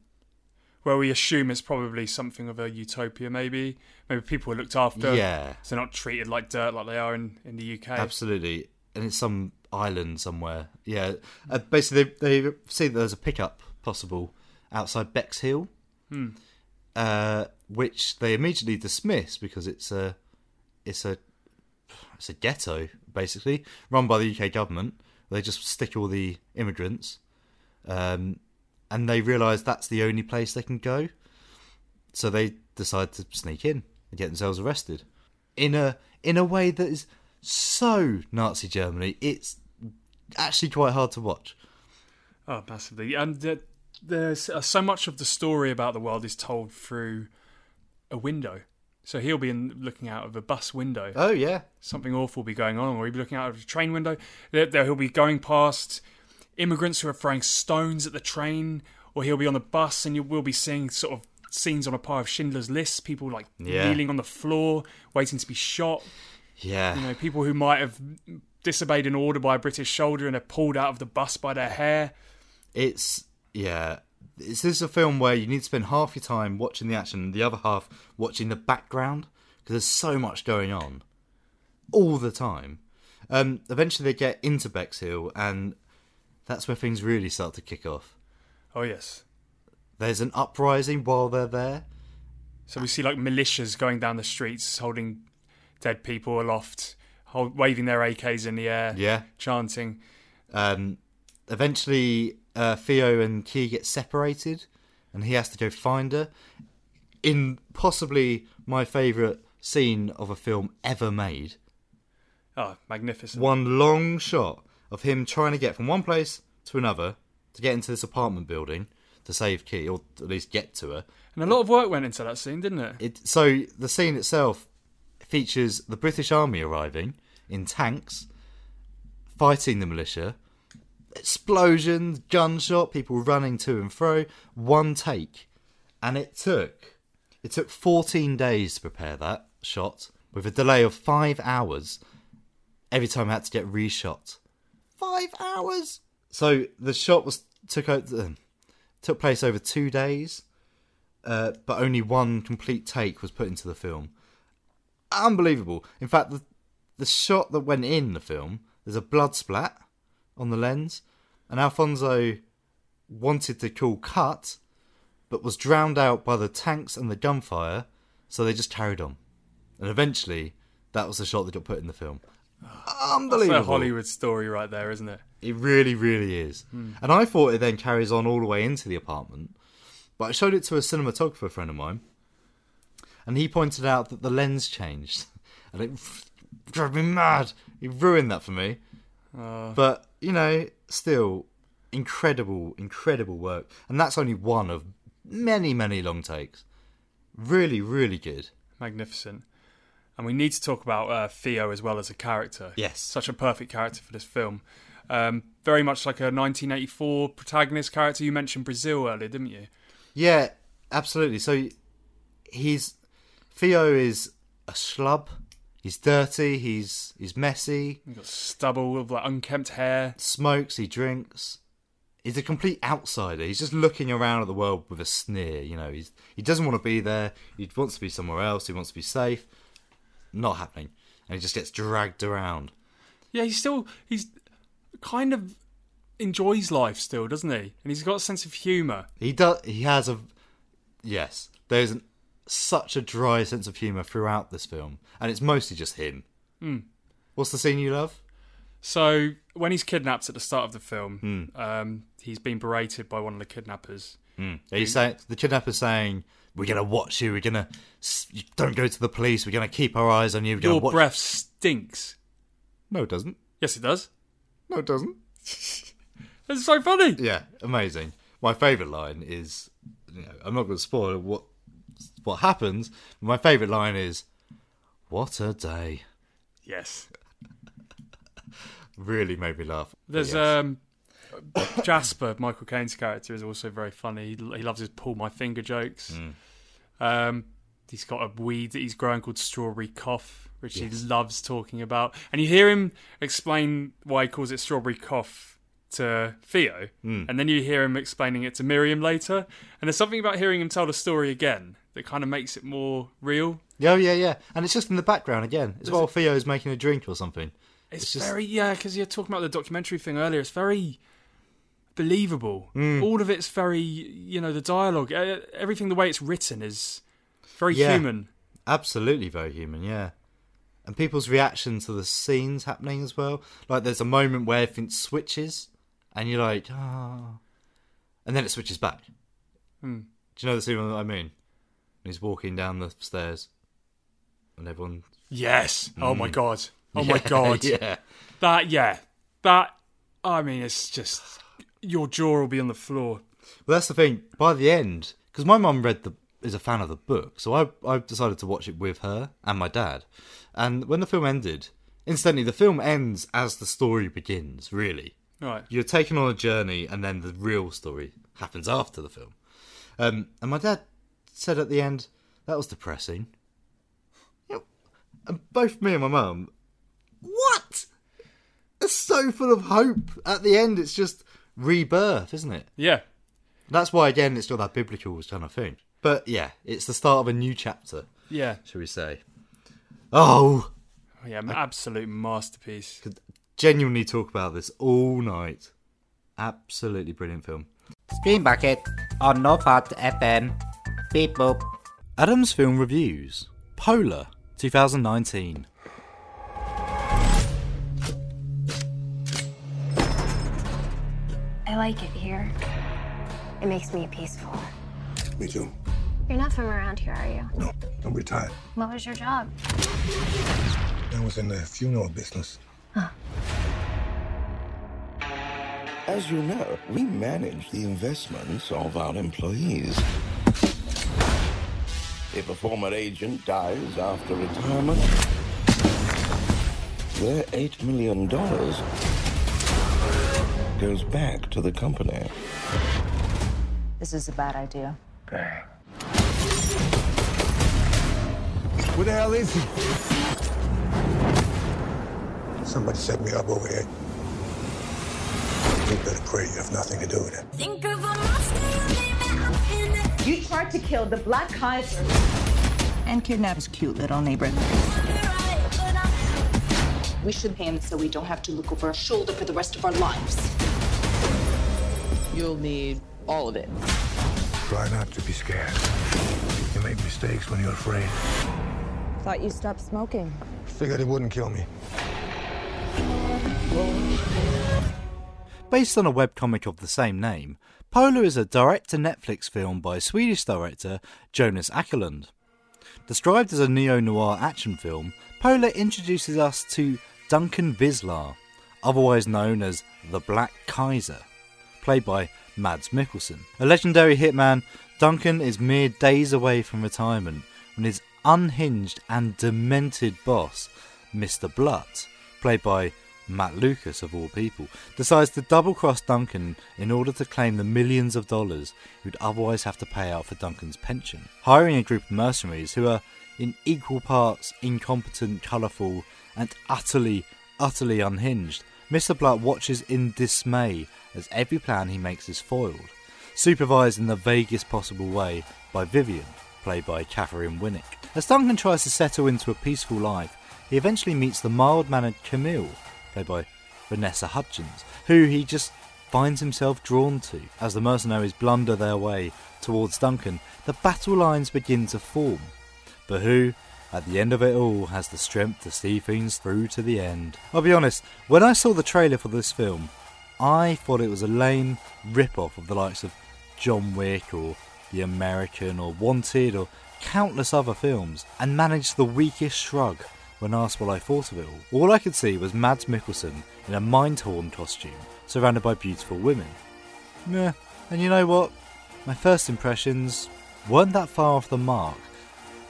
Speaker 2: where we assume it's probably something of a utopia, maybe maybe people are looked after.
Speaker 4: Yeah.
Speaker 2: So they're not treated like dirt like they are in, in the UK.
Speaker 4: Absolutely, and it's some island somewhere. Yeah, uh, basically they they see that there's a pickup possible outside Bexhill, uh, which they immediately dismiss because it's a it's a it's a ghetto basically run by the UK government. They just stick all the immigrants, um, and they realise that's the only place they can go. So they decide to sneak in and get themselves arrested in a in a way that is so Nazi Germany. It's actually quite hard to watch.
Speaker 2: Oh, massively. And uh, there's uh, so much of the story about the world is told through a window. So he'll be in, looking out of a bus window.
Speaker 4: Oh yeah,
Speaker 2: Something awful will be going on, or he'll be looking out of a train window. There, there he'll be going past immigrants who are throwing stones at the train, or he'll be on the bus and you will be seeing sort of scenes on a par of Schindler's List. People like
Speaker 4: Yeah.
Speaker 2: kneeling on the floor, waiting to be shot.
Speaker 4: yeah,
Speaker 2: You know, people who might have disobeyed an order by a British soldier and are pulled out of the bus by their hair.
Speaker 4: it's yeah. This is a film where you need to spend half your time watching the action and the other half watching the background because there's so much going on all the time. Um, eventually, they get into Bexhill, and that's where things really start to kick off.
Speaker 2: Oh yes.
Speaker 4: There's an uprising while they're there.
Speaker 2: So we see like militias going down the streets, holding dead people aloft, hold, waving their AKs in the air,
Speaker 4: Yeah.
Speaker 2: chanting.
Speaker 4: um, eventually uh, Theo and Key get separated, and he has to go find her. In possibly my favourite scene of a film ever made,
Speaker 2: Oh, magnificent!
Speaker 4: one long shot of him trying to get from one place to another to get into this apartment building to save Key, or at least get to her.
Speaker 2: And a lot of work went into that scene, didn't it?
Speaker 4: It, so the scene itself features the British Army arriving in tanks, fighting the militia, explosions, gunshot, people running to and fro, one take, and it took it took 14 days to prepare that shot with a delay of five hours. Every time I had to get reshot, five hours. So the shot was took out took place over two days uh, but only one complete take was put into the film. Unbelievable. In fact, the, the shot that went in the film, there's a blood splat on the lens, and Alfonso wanted to call cut, but was drowned out by the tanks and the gunfire, so they just carried on. And eventually, that was the shot that got put in the film.
Speaker 2: It's
Speaker 4: Unbelievable.
Speaker 2: a Hollywood story right there, isn't it?
Speaker 4: It really, really is. And I thought it then carries on all the way into the apartment. But I showed it to a cinematographer friend of mine, and he pointed out that the lens changed. And it drove me mad. He ruined that for me. But, you know, still, incredible, incredible work. And that's only one of many, many long takes. Really, really good.
Speaker 2: Magnificent. And we need to talk about uh, Theo as well as a character.
Speaker 4: Yes.
Speaker 2: Such a perfect character for this film. Um, very much like a 1984 protagonist character. You mentioned Brazil earlier, didn't you?
Speaker 4: Yeah, absolutely. So he's Theo is a schlub. He's dirty. He's he's messy.
Speaker 2: You've got stubble with like unkempt hair.
Speaker 4: Smokes. He drinks. He's a complete outsider. He's just looking around at the world with a sneer. You know, he's he doesn't want to be there. He wants to be somewhere else. He wants to be safe. Not happening. And he just gets dragged around.
Speaker 2: Yeah, he's still he's kind of enjoys life still, doesn't he? And he's got a sense of humour.
Speaker 4: He does. He has a yes. There's an, such a dry sense of humour throughout this film, and it's mostly just him. What's the scene you love?
Speaker 2: So when he's kidnapped at the start of the film,
Speaker 4: Hmm.
Speaker 2: um, he's been berated by one of the kidnappers.
Speaker 4: He's saying the kidnapper's saying, "We're gonna watch you. We're gonna s- you don't go to the police. We're gonna keep our eyes on you. We're gonna
Speaker 2: Your
Speaker 4: watch."
Speaker 2: breath stinks.
Speaker 4: No, it doesn't.
Speaker 2: Yes, it does.
Speaker 4: No, it doesn't.
Speaker 2: It's so funny.
Speaker 4: Yeah, amazing. My favourite line is, you know, I'm not gonna spoil what what happens. But my favourite line is, "What a day."
Speaker 2: Yes.
Speaker 4: really made me laugh. But
Speaker 2: There's
Speaker 4: yes.
Speaker 2: um, Jasper, Michael Caine's character, is also very funny. He, he loves his pull my finger jokes. Um, he's got a weed that he's growing called strawberry cough, which he loves talking about. And you hear him explain why he calls it strawberry cough to Theo, and then you hear him explaining it to Miriam later. And there's something about hearing him tell the story again that kind of makes it more real.
Speaker 4: Yeah, yeah, yeah. And it's just in the background again. It's while Theo's making a drink or something.
Speaker 2: It's,
Speaker 4: just-
Speaker 2: very yeah, because you're talking about the documentary thing earlier. It's very believable. All of it's very you know the dialogue, uh, everything the way it's written is very
Speaker 4: Yeah.
Speaker 2: human.
Speaker 4: Absolutely very human, yeah. And people's reaction to the scenes happening as well. Like there's a moment where everything switches and you're like, ah. And then it switches back.
Speaker 2: Hmm.
Speaker 4: Do you know the scene that I mean? And He's walking down the stairs and everyone.
Speaker 2: Yes. Oh my god. Oh my god.
Speaker 4: Mm. yeah.
Speaker 2: That yeah. That I mean, it's just your jaw will be on the floor.
Speaker 4: Well, that's the thing. By the end, because my mum read the is a fan of the book, so I I decided to watch it with her and my dad. And when the film ended, incidentally, the film ends as the story begins. Really,
Speaker 2: Right.
Speaker 4: you're taken on a journey, and then the real story happens after the film. Um, and my dad said at the end, "That was depressing." Yep. And both me and my mum, what? It's so full of hope. At the end, it's just rebirth, isn't it?
Speaker 2: Yeah.
Speaker 4: That's why, again, it's not that biblical kind of thing. But yeah, it's the start of a new chapter,
Speaker 2: Yeah.
Speaker 4: shall we say? Oh,
Speaker 2: Oh, yeah. Absolute masterpiece.
Speaker 4: could genuinely talk about this all night. Absolutely brilliant film.
Speaker 7: Stream Bucket on Norfolk FM. Beep boop.
Speaker 4: Adam's film reviews Polar 2019.
Speaker 8: I like it here. It makes me peaceful.
Speaker 9: Me too.
Speaker 8: You're not from around here, are you?
Speaker 9: No, I'm retired.
Speaker 8: What was your job?
Speaker 9: I was in the funeral business. As you know, we manage the investments of our employees. If a former agent dies after retirement, their $8 million goes back to the company.
Speaker 10: This is a bad idea.
Speaker 9: Where the hell is he? Somebody set me up over here. You better pray you have nothing to do with it.
Speaker 10: You tried to kill the Black Kaiser and kidnap his cute little neighbor. We should pay him so we don't have to look over our shoulder for the rest of our lives. You'll need all of it.
Speaker 9: Try not to be scared. You make mistakes when you're afraid.
Speaker 10: Thought you stopped smoking.
Speaker 9: Figured it wouldn't kill me.
Speaker 4: Based on a webcomic of the same name, Polar is a direct to Netflix film by Swedish director Jonas Ackerlund. Described as a neo noir action film, Polar introduces us to Duncan Vislar, otherwise known as the Black Kaiser, played by Mads Mikkelsen. A legendary hitman, Duncan is mere days away from retirement when his unhinged and demented boss, Mr. Blutt, played by Matt Lucas of all people, decides to double cross Duncan in order to claim the millions of dollars he'd otherwise have to pay out for Duncan's pension. Hiring a group of mercenaries who are in equal parts incompetent, colourful, and utterly, utterly unhinged, Mr. Blunt watches in dismay as every plan he makes is foiled, supervised in the vaguest possible way by Vivian, played by Catherine Winnick. As Duncan tries to settle into a peaceful life, he eventually meets the mild mannered Camille, played by Vanessa Hudgens, who he just finds himself drawn to. As the mercenaries blunder their way towards Duncan, the battle lines begin to form. But who, at the end of it all, has the strength to see things through to the end? I'll be honest, when I saw the trailer for this film, I thought it was a lame rip off of the likes of John Wick or The American or Wanted or countless other films and managed the weakest shrug when asked what I thought of it all. All I could see was Mads Mikkelsen in a Mindhorn costume surrounded by beautiful women. Meh, and you know what? My first impressions weren't that far off the mark.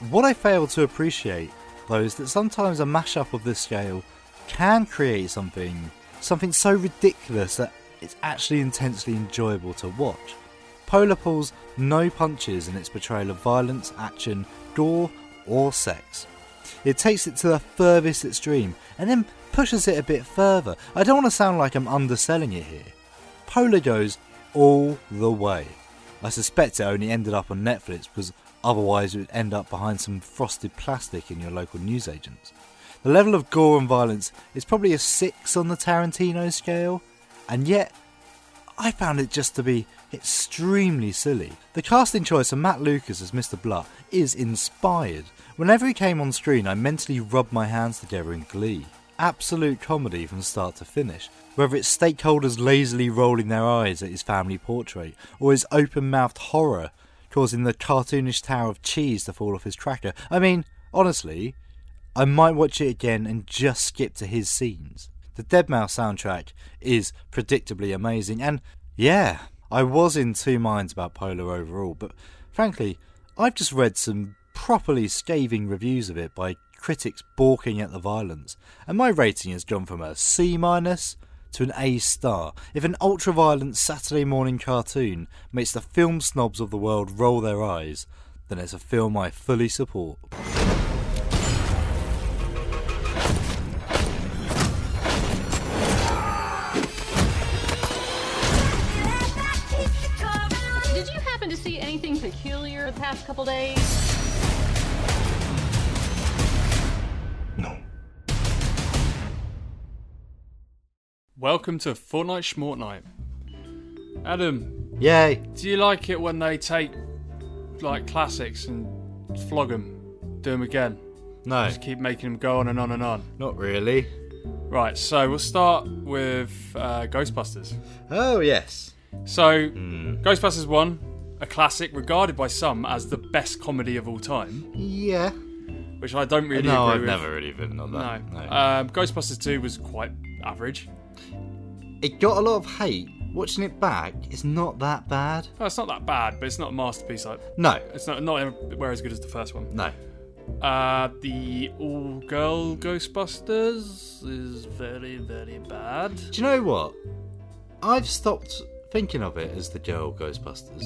Speaker 4: What I fail to appreciate, though, is that sometimes a mashup of this scale can create something something so ridiculous that it's actually intensely enjoyable to watch. Polar pulls no punches in its portrayal of violence, action, gore, or sex. It takes it to the furthest extreme and then pushes it a bit further. I don't want to sound like I'm underselling it here. Polar goes all the way. I suspect it only ended up on Netflix because otherwise it would end up behind some frosted plastic in your local newsagents. The level of gore and violence is probably a 6 on the Tarantino scale, and yet I found it just to be extremely silly. The casting choice of Matt Lucas as Mr. Blutt is inspired. Whenever he came on screen, I mentally rubbed my hands together in glee. Absolute comedy from start to finish. Whether it's stakeholders lazily rolling their eyes at his family portrait, or his open mouthed horror causing the cartoonish tower of cheese to fall off his tracker. I mean, honestly, I might watch it again and just skip to his scenes. The Dead Mouse soundtrack is predictably amazing, and yeah, I was in two minds about Polar overall, but frankly, I've just read some properly scathing reviews of it by critics balking at the violence, and my rating has gone from a C minus to an A star. If an ultra violent Saturday morning cartoon makes the film snobs of the world roll their eyes, then it's a film I fully support.
Speaker 11: Did you happen to see anything peculiar the past couple days?
Speaker 2: Welcome to Fortnite Schmort Night. Adam,
Speaker 4: Yay!
Speaker 2: do you like it when they take like classics and flog them, do them again?
Speaker 4: No.
Speaker 2: Just keep making them go on and on and on.
Speaker 4: Not really.
Speaker 2: Right, so we'll start with uh, Ghostbusters.
Speaker 4: Oh, yes.
Speaker 2: So,
Speaker 4: Hmm.
Speaker 2: Ghostbusters 1, a classic regarded by some as the best comedy of all time,
Speaker 4: Yeah.
Speaker 2: which I don't really
Speaker 4: no,
Speaker 2: agree
Speaker 4: I've
Speaker 2: with.
Speaker 4: never really been on that.
Speaker 2: No. Um, Ghostbusters 2 was quite average.
Speaker 4: it got a lot of hate. Watching it back, it's not that bad.
Speaker 2: No, it's not that bad, but it's not a masterpiece. Like,
Speaker 4: No.
Speaker 2: It's not, not anywhere as good as the first one.
Speaker 4: No.
Speaker 2: Uh, the all girl Ghostbusters is very, very bad.
Speaker 4: Do you know what? I've stopped thinking of it as the girl Ghostbusters.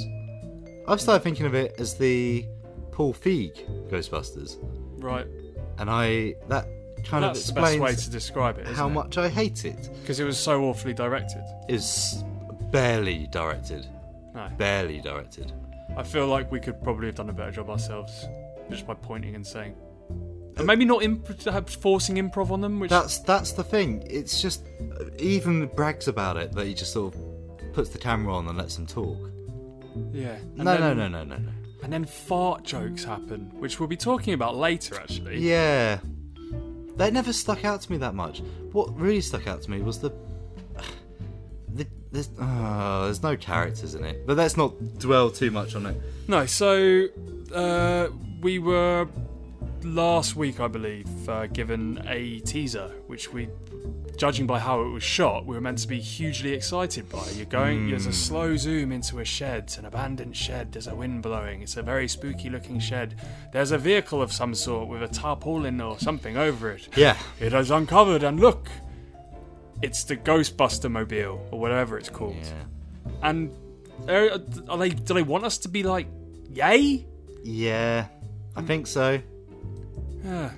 Speaker 4: I've started thinking of it as the Paul Feig Ghostbusters,
Speaker 2: Right.
Speaker 4: and I that kind of
Speaker 2: That's the best
Speaker 4: explains
Speaker 2: way to describe it.
Speaker 4: how much I hate it.
Speaker 2: Because it was so awfully directed.
Speaker 4: It's barely directed.
Speaker 2: No.
Speaker 4: Barely directed.
Speaker 2: I feel like we could probably have done a better job ourselves just by pointing and saying. And maybe not imp- uh, forcing improv on them, which.
Speaker 4: That's that's the thing. It's just even brags about it that he just sort of puts the camera on and lets them talk.
Speaker 2: yeah. And
Speaker 4: no, no,
Speaker 2: then-
Speaker 4: no, no, no, no.
Speaker 2: And then fart jokes happen, which we'll be talking about later, actually.
Speaker 4: Yeah. That never stuck out to me that much. What really stuck out to me was the. the there's, oh, there's no characters in it. But let's not dwell too much on it.
Speaker 2: No, so uh, we were last week, I believe, uh, given a teaser, which we, judging by how it was shot, we were meant to be hugely excited by. You're going, there's a slow zoom into a shed, it's an abandoned shed, there's a wind blowing, it's a very spooky looking shed. There's a vehicle of some sort with a tarpaulin or something over it.
Speaker 4: Yeah.
Speaker 2: It is uncovered, and look, it's the Ghostbuster Mobile or whatever it's called. And are, are they? Do they want us to be like, yay?
Speaker 4: Yeah. I think so.
Speaker 2: Yeah.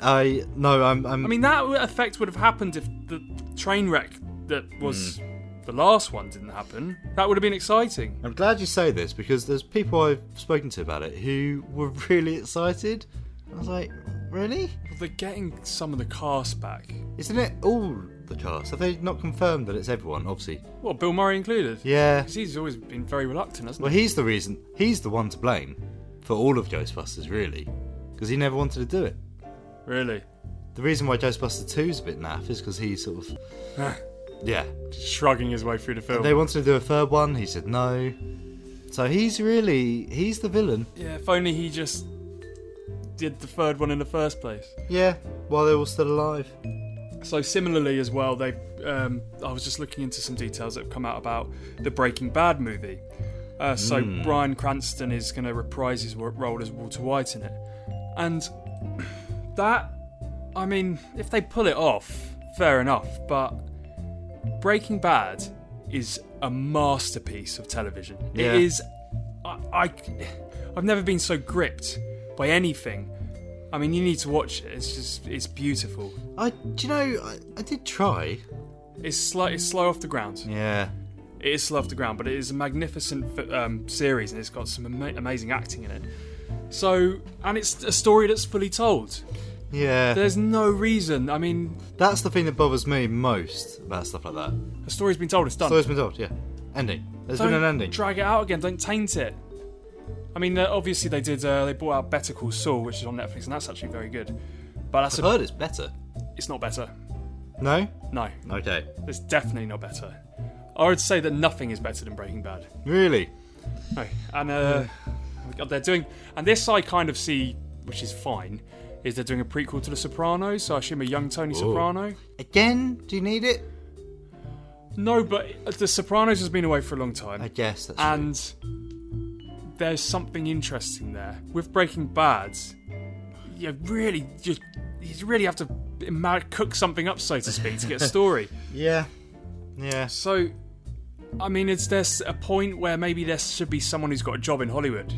Speaker 4: I. No, I'm. I'm
Speaker 2: I mean, that effect would have happened if the train wreck that was
Speaker 4: Hmm.
Speaker 2: the last one didn't happen. That would have been exciting.
Speaker 4: I'm glad you say this because there's people I've spoken to about it who were really excited. I was like, really?
Speaker 2: Well, they're getting some of the cast back.
Speaker 4: Isn't it all the cast? Have they not confirmed that it's everyone? Obviously.
Speaker 2: Well, Bill Murray included.
Speaker 4: Yeah.
Speaker 2: 'Cause he's always been very reluctant, hasn't
Speaker 4: Well,
Speaker 2: he?
Speaker 4: he's the reason. He's the one to blame for all of Ghostbusters, really, because he never wanted to do it.
Speaker 2: Really?
Speaker 4: The reason why Ghostbusters 2 is a bit naff is because he sort of, yeah,
Speaker 2: Shrugging his way through the film.
Speaker 4: they wanted to do a third one. He said no. So he's really he's the villain.
Speaker 2: yeah, if only he just did the third one in the first place.
Speaker 4: Yeah, while they're all still alive.
Speaker 2: So similarly as well, they um, I was just looking into some details that have come out about the Breaking Bad movie. Uh, so Brian Cranston is going to reprise his wo- role as Walter White in it, and that I mean, if they pull it off, fair enough. But Breaking Bad is a masterpiece of television.
Speaker 4: Yeah.
Speaker 2: It is. I, I, I've never been so gripped by anything. I mean, you need to watch it. It's just, it's beautiful.
Speaker 4: I, do you know, I, I did try.
Speaker 2: It's slow, it's slow off the ground.
Speaker 4: Yeah.
Speaker 2: It is slow off the ground, but it is a magnificent f- um, series, and it's got some ama- amazing acting in it. So, and it's a story that's fully told.
Speaker 4: Yeah.
Speaker 2: There's no reason. I mean,
Speaker 4: That's the thing that bothers me most about stuff like that.
Speaker 2: a story's been told. It's done.
Speaker 4: Story's been told, yeah. Ending. There's
Speaker 2: Don't
Speaker 4: been an ending.
Speaker 2: Drag it out again. Don't taint it. I mean, uh, obviously they did. Uh, they brought out Better Call Saul, which is on Netflix, and that's actually very good. But that's
Speaker 4: I've
Speaker 2: a,
Speaker 4: heard it's better.
Speaker 2: It's not better.
Speaker 4: No?
Speaker 2: No,
Speaker 4: Okay.
Speaker 2: it's definitely not better. I would say that nothing is better than Breaking Bad.
Speaker 4: Really?
Speaker 2: No, and uh, God, they're doing. And this I kind of see, which is fine, is they're doing a prequel to The Sopranos. So I assume a young Tony
Speaker 4: Ooh.
Speaker 2: Soprano.
Speaker 4: Again? Do you need it?
Speaker 2: No, but uh, The Sopranos has been away for a long time.
Speaker 4: I guess that's
Speaker 2: and there's something interesting there with Breaking Bad. You really just you really have to ima- cook something up, so to speak, to get a story.
Speaker 4: Yeah. Yeah.
Speaker 2: So, I mean, is there s- a point where maybe there should be someone who's got a job in Hollywood,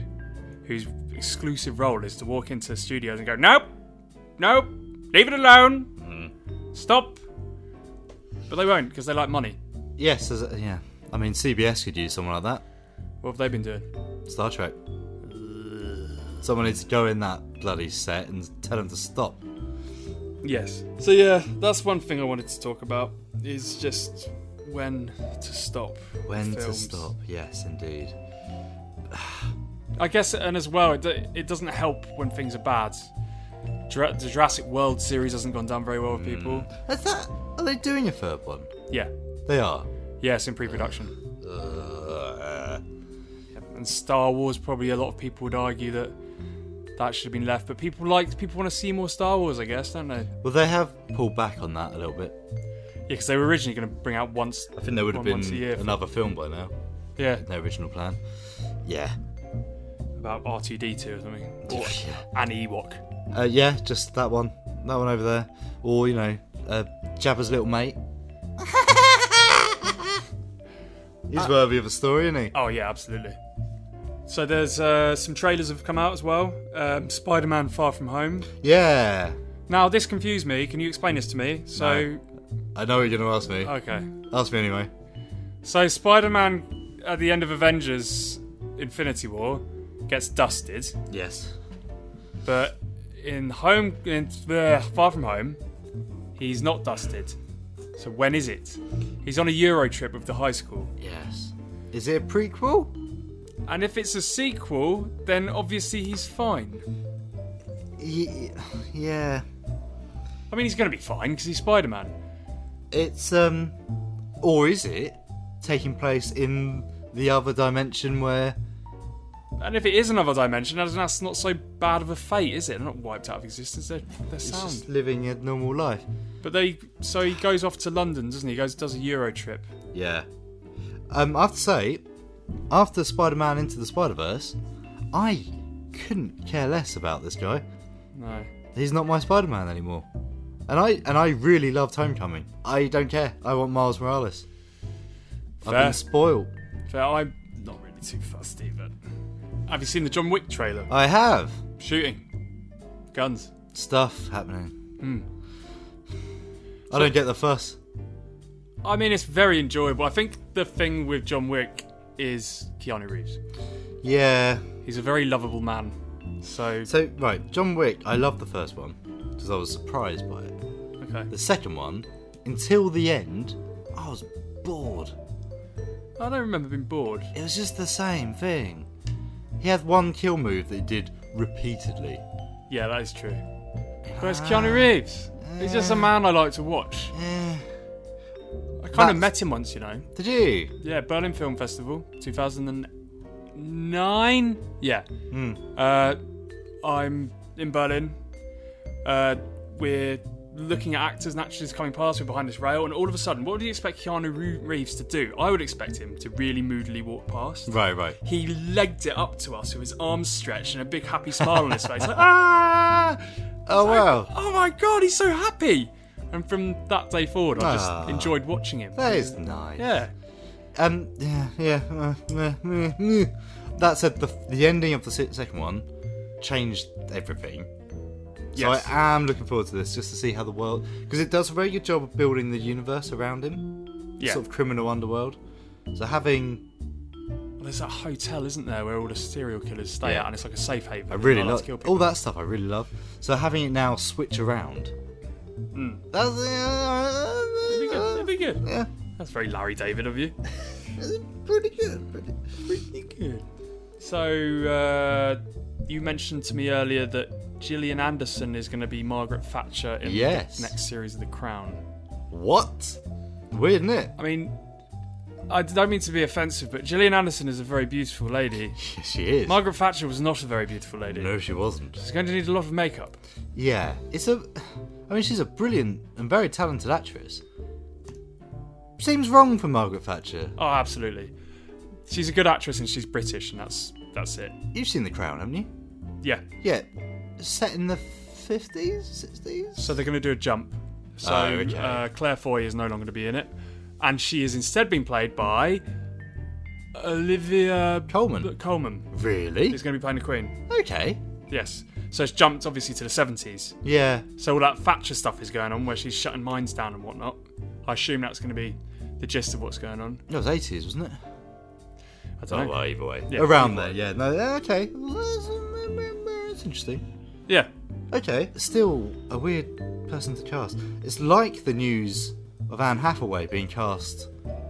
Speaker 2: whose exclusive role is to walk into studios and go, "Nope, nope, leave it alone, stop." But they won't because they like money.
Speaker 4: Yes, there's a- yeah. I mean, CBS could use someone like
Speaker 2: What have they been doing?
Speaker 4: that. Star Trek. Someone needs to go in that bloody set and tell them to stop.
Speaker 2: Yes. So yeah, that's one thing I wanted to talk about is just when to stop.
Speaker 4: When
Speaker 2: films.
Speaker 4: to stop. Yes, indeed.
Speaker 2: I guess, and as well, it, do- it doesn't help when things are bad. Jura- the Jurassic World series hasn't gone down very well
Speaker 4: Hmm.
Speaker 2: with people.
Speaker 4: Is that? Are they doing a third one?
Speaker 2: Yeah.
Speaker 4: They are.
Speaker 2: Yeah, it's in pre-production.
Speaker 4: Uh,
Speaker 2: And Star Wars, probably a lot of people would argue that that should have been left, but people like people want to see more Star Wars, I guess, don't they?
Speaker 4: well, they have pulled back on that a little bit.
Speaker 2: Yeah, because they were originally going to bring out once.
Speaker 4: I think there would have
Speaker 2: one once a
Speaker 4: been
Speaker 2: year.
Speaker 4: another film by now.
Speaker 2: yeah,
Speaker 4: Their original plan. Yeah.
Speaker 2: about R2D2 or something, or
Speaker 4: Yeah.
Speaker 2: an Ewok.
Speaker 4: Uh, yeah, just that one. That one over there. Or, you know, uh, Jabba's little mate. He's worthy of a story, isn't he?
Speaker 2: Oh yeah, absolutely. So there's uh, some trailers have come out as well. Um, Spider-Man: Far From Home.
Speaker 4: Yeah.
Speaker 2: Now this confused me. Can you explain this to me? So Mm-hmm.
Speaker 4: I know what you're going to ask me.
Speaker 2: okay,
Speaker 4: Ask me anyway.
Speaker 2: so Spider-Man at the end of Avengers: Infinity War gets dusted,
Speaker 4: Yes.
Speaker 2: but in Home, in uh, Far From Home, he's not dusted. So when is it? He's on a Euro trip with the high school.
Speaker 4: Yes. Is it a prequel?
Speaker 2: And if it's a sequel, then obviously he's fine.
Speaker 4: Y- yeah.
Speaker 2: I mean, he's going to be fine because he's Spider-Man.
Speaker 4: It's, um. Or is it taking place in the other dimension where.
Speaker 2: And if it is another dimension, that's- that's not so bad of a fate, is it? They're not wiped out of existence. They're, they're
Speaker 4: It's just
Speaker 2: sound.
Speaker 4: living a normal life.
Speaker 2: But they, so he goes off to London, doesn't he? He goes does a Euro trip.
Speaker 4: Yeah. Um, I have to say, after Spider Man Into the Spider Verse, I couldn't care less about this guy.
Speaker 2: No.
Speaker 4: He's not my Spider Man anymore. And I and I really loved Homecoming. I don't care. I want Miles Morales. I've
Speaker 2: Fair.
Speaker 4: been spoiled.
Speaker 2: Fair, I'm not really too fussed either. Have you seen the John Wick trailer?
Speaker 4: I have
Speaker 2: Shooting, guns.
Speaker 4: stuff happening. I don't get the fuss.
Speaker 2: I mean, it's very enjoyable. I think the thing with John Wick is Keanu Reeves.
Speaker 4: Yeah.
Speaker 2: He's a very lovable man. So,
Speaker 4: So right, John Wick. I loved the first one because I was surprised by it.
Speaker 2: okay.
Speaker 4: The second one, until the end, I was bored.
Speaker 2: I don't remember being bored.
Speaker 4: It was just the same thing. He had one kill move that he did repeatedly.
Speaker 2: Yeah, that is true. But it's Keanu Reeves. He's just a man I like to watch. I kind
Speaker 4: That's-
Speaker 2: of met him once, you know.
Speaker 4: Did you?
Speaker 2: Yeah, Berlin Film Festival, 2009. Yeah.
Speaker 4: Hmm.
Speaker 2: Uh, I'm in Berlin. Uh, we're looking at actors and actresses coming past. We're behind this rail, and all of a sudden, what do you expect Keanu Re- Reeves to do? I would expect him to really moodily walk past.
Speaker 4: Right, right.
Speaker 2: He legged it up to us with his arms stretched and a big happy smile on his face. Like, ah!
Speaker 4: Oh wow.
Speaker 2: Oh my god, he's so happy! And And from that day forward, I just
Speaker 4: Ah.
Speaker 2: enjoyed watching him.
Speaker 4: That is nice.
Speaker 2: Yeah.
Speaker 4: Um. Yeah. Yeah. uh, meh, meh, meh. That said, the the ending of the se- second one changed everything.
Speaker 2: Yes.
Speaker 4: So I am looking forward to this just to see how the world because it does a very good job of building the universe around him.
Speaker 2: Yeah.
Speaker 4: Sort of criminal underworld. So having
Speaker 2: Well, there's that hotel, isn't there, where all the serial killers stay
Speaker 4: Yeah.
Speaker 2: at, and it's like a safe haven.
Speaker 4: I really
Speaker 2: They like to
Speaker 4: love
Speaker 2: kill people.
Speaker 4: all that stuff. I really love. So having it now switch around.
Speaker 2: Mm.
Speaker 4: That's uh,
Speaker 2: It'd be good. It'd be good.
Speaker 4: Yeah.
Speaker 2: That's very Larry David of you.
Speaker 4: pretty good. Pretty, pretty
Speaker 2: good. So uh, you mentioned to me earlier that Gillian Anderson is going to be Margaret Thatcher in
Speaker 4: Yes.
Speaker 2: the next series of The Crown.
Speaker 4: What? Weird, isn't it?
Speaker 2: I mean, I don't mean to be offensive, but Gillian Anderson is a very beautiful lady.
Speaker 4: Yes, she is.
Speaker 2: Margaret Thatcher was not a very beautiful lady.
Speaker 4: No, she wasn't.
Speaker 2: She's going to need a lot of makeup.
Speaker 4: Yeah, it's a. I mean, she's a brilliant and very talented actress. Seems wrong for Margaret Thatcher.
Speaker 2: Oh, absolutely. She's a good actress and she's British, and that's that's it.
Speaker 4: You've seen The Crown, haven't you?
Speaker 2: Yeah.
Speaker 4: Yeah, set in the fifties, sixties.
Speaker 2: So they're going to do a jump. So
Speaker 4: Oh, okay.
Speaker 2: uh, Claire Foy is no longer going to be in it, and she is instead being played by Olivia
Speaker 4: Coleman.
Speaker 2: Coleman.
Speaker 4: Really?
Speaker 2: Is going to be playing the Queen.
Speaker 4: Okay.
Speaker 2: Yes. So it's jumped obviously to the seventies.
Speaker 4: Yeah.
Speaker 2: So all that Thatcher stuff is going on, where she's shutting mines down and whatnot. I assume that's going to be the gist of what's going on.
Speaker 4: That was eighties, wasn't it?
Speaker 2: I don't know.
Speaker 4: well, either way.
Speaker 2: Yeah,
Speaker 4: Around
Speaker 2: either
Speaker 4: there,
Speaker 2: way.
Speaker 4: yeah. No, yeah, okay. Well, That's uh, that's interesting.
Speaker 2: Yeah.
Speaker 4: Okay. Still a weird person to cast. It's like the news of Anne Hathaway being cast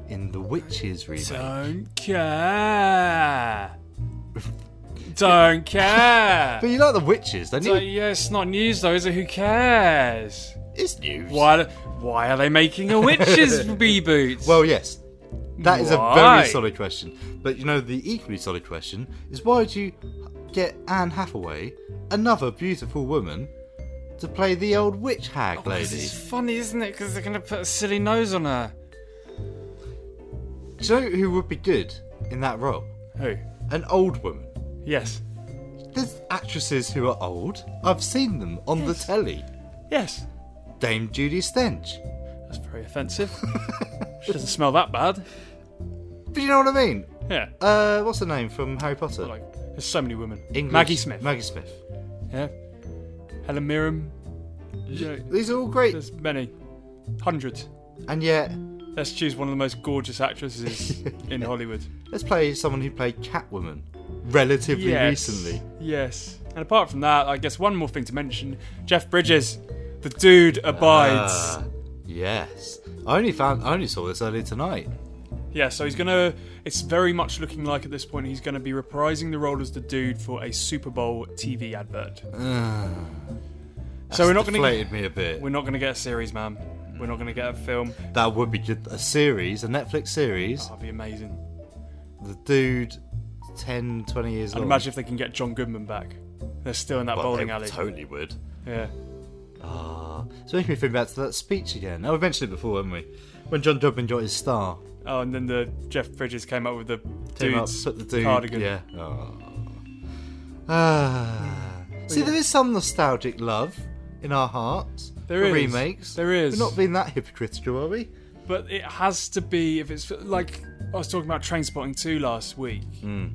Speaker 4: in the Witches remake.
Speaker 2: Don't care. Don't care.
Speaker 4: But you like the Witches, don't
Speaker 2: So,
Speaker 4: you?
Speaker 2: yeah, it's not news though, is it? Who cares?
Speaker 4: It's news.
Speaker 2: Why? Why are they making a witches reboot?
Speaker 4: Well, yes. That is a
Speaker 2: Why?
Speaker 4: very solid question. But you know, the equally solid question is why would you get Anne Hathaway, another beautiful woman, to play the old witch hag
Speaker 2: Oh, This
Speaker 4: lady?
Speaker 2: is funny, isn't it? Because they're gonna put a silly nose on her.
Speaker 4: Do you know who would be good in that role?
Speaker 2: Who?
Speaker 4: An old woman.
Speaker 2: Yes.
Speaker 4: There's actresses who are old. I've seen them on the telly.
Speaker 2: Yes.
Speaker 4: Dame Judy Stench.
Speaker 2: That's very offensive. she doesn't smell that bad.
Speaker 4: But you know what I mean?
Speaker 2: Yeah.
Speaker 4: Uh, what's her name from Harry Potter?
Speaker 2: Like, there's so many women.
Speaker 4: English-
Speaker 2: Maggie Smith.
Speaker 4: Maggie Smith.
Speaker 2: yeah. Helen Mirren. Yeah,
Speaker 4: These are all great.
Speaker 2: there's many. Hundreds.
Speaker 4: And yet,
Speaker 2: Let's choose one of the most gorgeous actresses in Hollywood.
Speaker 4: let's play someone who played Catwoman relatively
Speaker 2: Yes.
Speaker 4: recently.
Speaker 2: Yes. And apart from that, I guess one more thing to mention Jeff Bridges. The dude abides.
Speaker 4: Ah, yes. I only found I only saw this earlier tonight.
Speaker 2: Yeah, so he's gonna. It's very much looking like at this point he's gonna be reprising the role as the dude for a Super Bowl TV advert. so we're not gonna.
Speaker 4: Ah. deflated
Speaker 2: Get,
Speaker 4: me a bit.
Speaker 2: we're not gonna get a series, man. We're not gonna get a film.
Speaker 4: That would be good. A series, a Netflix series.
Speaker 2: That'd be amazing.
Speaker 4: The dude, 10, 20 years
Speaker 2: And
Speaker 4: old.
Speaker 2: imagine if they can get John Goodman back. They're still in that
Speaker 4: Well,
Speaker 2: bowling
Speaker 4: they
Speaker 2: alley.
Speaker 4: Totally would.
Speaker 2: Yeah.
Speaker 4: Ah, it's making me think back to that speech again. Oh, we mentioned it before, haven't we? When John Dobbin got his star,
Speaker 2: Oh, and then the Jeff Bridges came up with the
Speaker 4: came up,
Speaker 2: dude's
Speaker 4: put the dude.
Speaker 2: cardigan.
Speaker 4: Yeah. Ah. Ah. See, there is some nostalgic love in our hearts.
Speaker 2: There
Speaker 4: for
Speaker 2: is.
Speaker 4: remakes.
Speaker 2: There is.
Speaker 4: We're not being that hypocritical, are we?
Speaker 2: But it has to be if it's like I was talking about Train Spotting 2 last week.
Speaker 4: Hmm.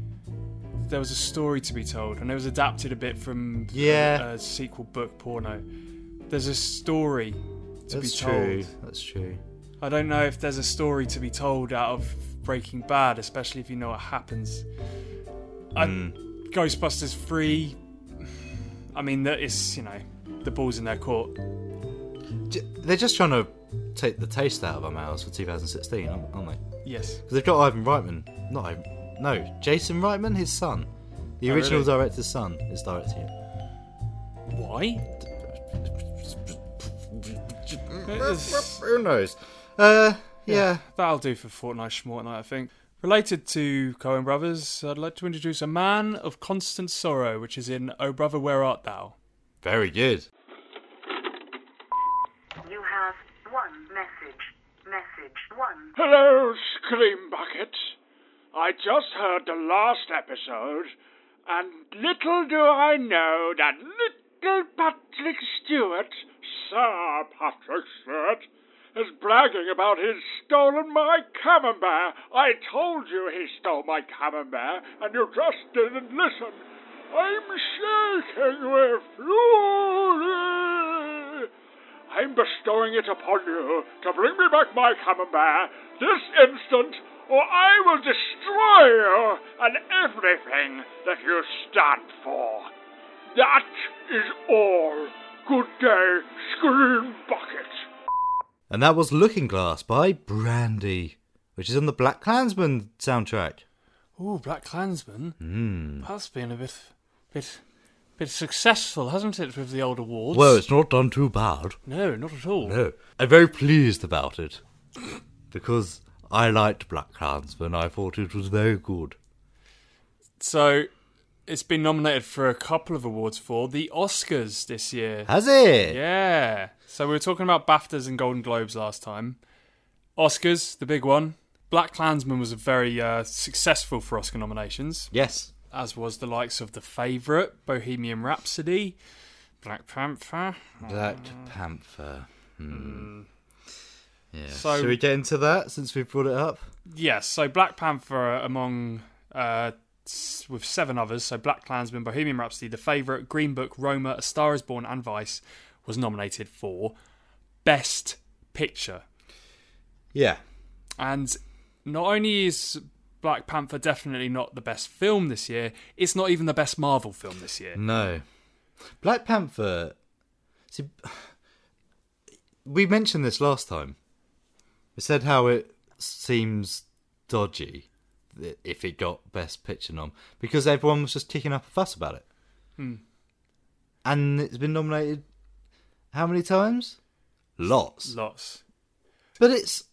Speaker 2: There was a story to be told, and it was adapted a bit from uh,
Speaker 4: Yeah.
Speaker 2: a, sequel book porno. There's a story to
Speaker 4: That's
Speaker 2: be told.
Speaker 4: true. That's true.
Speaker 2: I don't know if there's a story to be told out of Breaking Bad, especially if you know what happens. I,
Speaker 4: Hmm.
Speaker 2: Ghostbusters 3. I mean, that is you know the ball's in their court.
Speaker 4: J- They're just trying to take the taste out of our mouths for 2016, aren't aren't they?
Speaker 2: Yes.
Speaker 4: Because they've got Ivan Reitman. Not Ivan. No, Jason Reitman, his son. The
Speaker 2: Oh,
Speaker 4: original
Speaker 2: really?
Speaker 4: director's son is directing it.
Speaker 2: Why? It's-
Speaker 4: Who knows? Uh, yeah.
Speaker 2: That'll do for Fortnite Schmortnight, I think. Related to Cohen Brothers, I'd like to introduce A Man of Constant Sorrow, which is in Oh Brother, Where Art Thou?
Speaker 4: Very good.
Speaker 6: You have one message. Message one.
Speaker 12: Hello, Scream Bucket. I just heard the last episode, and little do I know that little Patrick Stewart, Sir Patrick Stewart,
Speaker 3: bragging about his stolen my camembert. I told you he stole my camembert, and you just didn't listen. I'm shaking with fury. I'm bestowing it upon you to bring me back my camembert this instant, or I will destroy you and everything that you stand for. That is all. Good day, Scream Bucket.
Speaker 4: And that was Looking Glass by Brandy, which is on the Black Klansman soundtrack.
Speaker 2: Ooh, Black Klansman.
Speaker 4: Mm.
Speaker 2: That's been a bit, bit, bit successful, hasn't it, with the old awards?
Speaker 4: Well, it's not done too bad.
Speaker 2: No, not at all.
Speaker 4: No. I'm very pleased about it because I liked Black Klansman. I thought it was very good.
Speaker 2: So, it's been nominated for a couple of awards for the Oscars this year.
Speaker 4: Has it?
Speaker 2: Yeah. So we were talking about BAFTAs and Golden Globes last time. Oscars, the big one. Black Klansman was very uh, successful for Oscar nominations.
Speaker 4: Yes.
Speaker 2: As was the likes of The Favourite, Bohemian Rhapsody, Black Panther.
Speaker 4: Black Panther. Hmm. Yeah.
Speaker 2: So-
Speaker 4: Should we get into that since we've brought it up?
Speaker 2: Yes, so Black Panther among uh, s- with seven others, so Black Klansman, Bohemian Rhapsody, The Favourite, Green Book, Roma, A Star Is Born, and Vice was nominated for Best Picture.
Speaker 4: Yeah.
Speaker 2: And not only is Black Panther definitely not the best film this year, it's not even the best Marvel film this year.
Speaker 4: No. Black Panther. See, we mentioned this last time. We said how it seems dodgy that if it got Best Picture nom because everyone was just kicking up a fuss about it,
Speaker 2: Hmm.
Speaker 4: and it's been nominated how many times? Lots.
Speaker 2: Lots.
Speaker 4: But it's